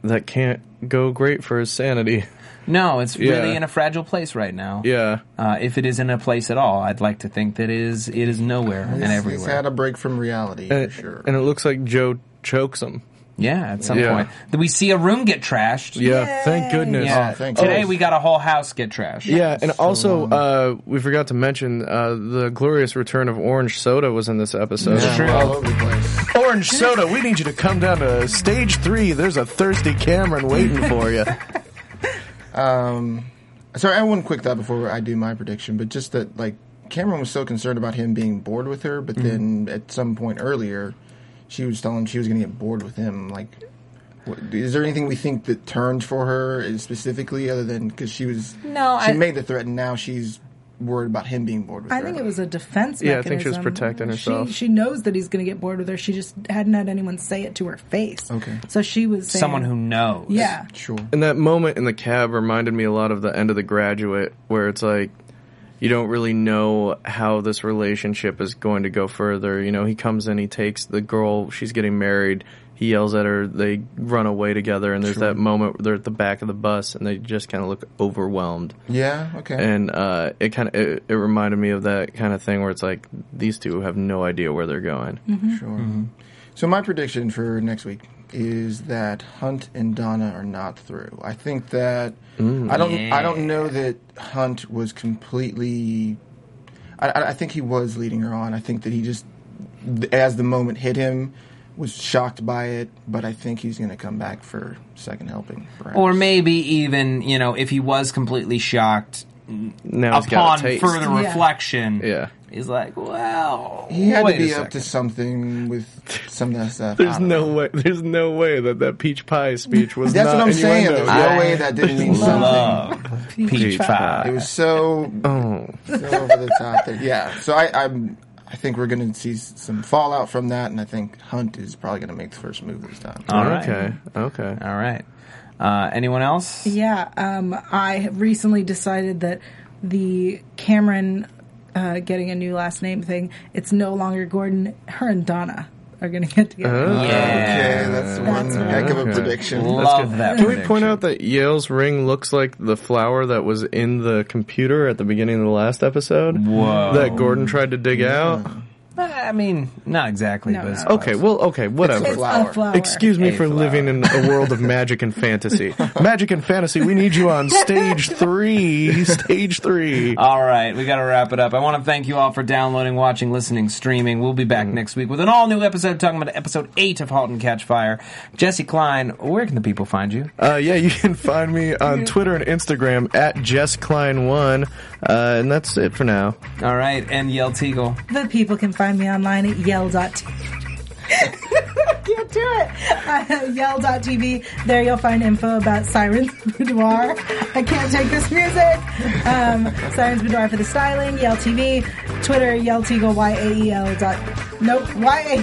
D: that can't go great for his sanity. *laughs*
B: No, it's
D: Yeah.
B: really in a fragile place right now.
D: Yeah,
B: Uh, if it is in a place at all, I'd like to think that it is it is nowhere and
C: He's- He's
B: everywhere.
C: had a break from reality
D: and,
C: for sure.
D: Uh, and it looks like Joe chokes him.
B: yeah, at some
D: Yeah.
B: point. Then we see a room get trashed.
D: Yeah, thank goodness.
B: Yeah.
C: Oh, thank
B: Today
C: goodness.
B: we got a whole house get trashed.
D: Yeah, and also uh, we forgot to mention uh, the glorious return of orange soda was in this episode.
C: Yeah, all over the place.
F: Orange soda, we need you to come down to stage three. There's a thirsty Cameron waiting for you.
D: *laughs*
C: Sorry, I have one quick thought before I do my prediction, but just that like Cameron was so concerned about him being bored with her, but then at some point earlier, she was telling him she was going to get bored with him. Like, what, is there anything we think that turned for her is specifically other than because she was
B: No,
C: she
B: I-
C: made the threat and now she's worried about him being bored with
E: I
C: her.
E: think it was a defense.
D: Yeah, I think she was
E: mechanism.
D: protecting herself.
E: She, she knows that he's going to get bored with her. She just hadn't had anyone say it to her face.
C: Okay.
E: So she was saying,
B: Someone who knows.
E: Yeah.
C: sure.
D: And that moment in the cab reminded me a lot of the end of The Graduate, where it's like you don't really know how this relationship is going to go further. You know, he comes in, he takes the girl, she's getting married, he yells at her, they run away together, and there's that moment where they're at the back of the bus and they just kind of look overwhelmed.
C: Yeah. Okay.
D: And uh, it kind of it, it reminded me of that kind of thing where it's like these two have no idea where they're going.
B: Mm-hmm.
C: Sure.
D: Mm-hmm.
C: So my prediction for next week is that Hunt and Donna are not through. I think that
D: Mm.
C: I don't. I don't know that Hunt was completely. I- I, I think he was leading her on. I think that he just, th- as the moment hit him, was shocked by it. But I think he's going to come back for second helping. perhaps.
B: Or maybe even, you know, if he was completely shocked,
D: now he's
B: upon
D: got a taste.
B: further
E: Yeah.
B: reflection,
D: Yeah.
B: he's like, well,
C: He had
B: wait
C: to
B: a
C: be
B: second.
C: up to something with some of that stuff. I
D: There's
C: don't know.
D: no way. There's no way that that peach pie speech was.
C: That's
D: not
C: what I'm saying.
D: innuendo.
C: There's no way
D: *laughs*
C: that didn't mean something.
B: love peach
D: pie.
B: pie.
C: It was so, so over the top. That, yeah. So I, I'm. I think we're going to see s- some fallout from that, and I think Hunt is probably going to make the first move this time.
B: All right.
D: Okay. Okay.
B: All right. Uh, anyone else?
E: Yeah, um, I have recently decided that the Cameron uh, getting a new last name thing, it's no longer Gordon. Her and Donna are going to get together.
D: Oh.
C: Okay, that's one
E: That's right.
C: heck of a
D: Okay.
C: prediction.
B: Love that.
D: Can we
B: prediction.
D: point out that Yale's ring looks like the flower that was in the computer at the beginning of the last episode?
B: Whoa.
D: That Gordon tried to dig out?
B: Uh, I mean, not exactly,
E: No,
B: but it's
E: no.
B: close.
D: Okay, well, okay, whatever.
E: It's
C: Flower.
E: a flower.
D: Excuse me
B: A
D: for
B: flower.
D: living in
B: *laughs*
D: a world of magic and fantasy. magic and fantasy, we need you on stage three. Stage three.
B: All right, we got to wrap it up. I want to thank you all for downloading, watching, listening, streaming. We'll be back next week with an all new episode talking about episode 8 of Halt and Catch Fire. Jesse Klein, where can the people find you?
D: Uh, yeah, you can find me on Twitter and Instagram at Jess Klein1. Uh, and that's it for now.
B: All right, and Yell Teagle.
E: The people can find me online at yell.tv. I *laughs* can't do it. Uh, *laughs* yell.tv. There you'll find info about Sirens *laughs* Boudoir. I can't take this music. Um, Sirens Boudoir for the styling. Yell TV. Twitter, Yell Teagle, Y-A-E-L E dot... Nope.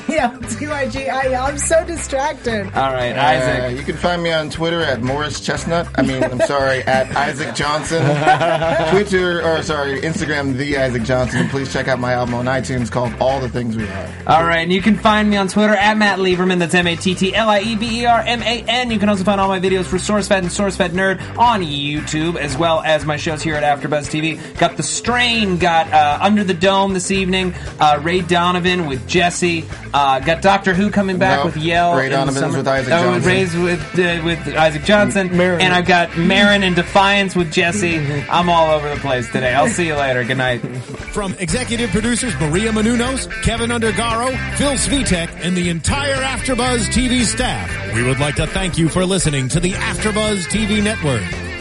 E: E Y-A-E-L-T-Y-G-I-E-L. E I'm so distracted.
B: All right,
C: Uh,
B: Isaac.
C: you can find me on Twitter at Morris Chestnut. I mean, I'm sorry, at Isaac Johnson. Twitter, or sorry, Instagram, the Isaac Johnson. And please check out my album on iTunes called All the Things We Are.
B: All right, and you can find me on Twitter at Matt Lieberman. That's M A T T L I E B E R M A N. You can also find all my videos for SourceFed and SourceFed Nerd on YouTube, as well as my shows here at AfterBuzz TV. Got The Strain, got uh, Under the Dome this evening, uh, Ray Donovan with Jesse, uh, got Doctor Who coming back
C: No,
B: with Yell.
C: Ray
B: in the
C: Donovan's
B: summer.
C: with Isaac
B: Oh,
C: Johnson.
B: Ray's with uh, with Isaac Johnson,
D: Marin.
B: and I've got Marin and Defiance with Jesse. I'm all over the place today. I'll see you later. Good night.
A: From executive producers Maria Menounos, Kevin Undergaro, Phil Svitek, and the entire AfterBuzz TV staff, we would like to thank you for listening to the AfterBuzz TV network.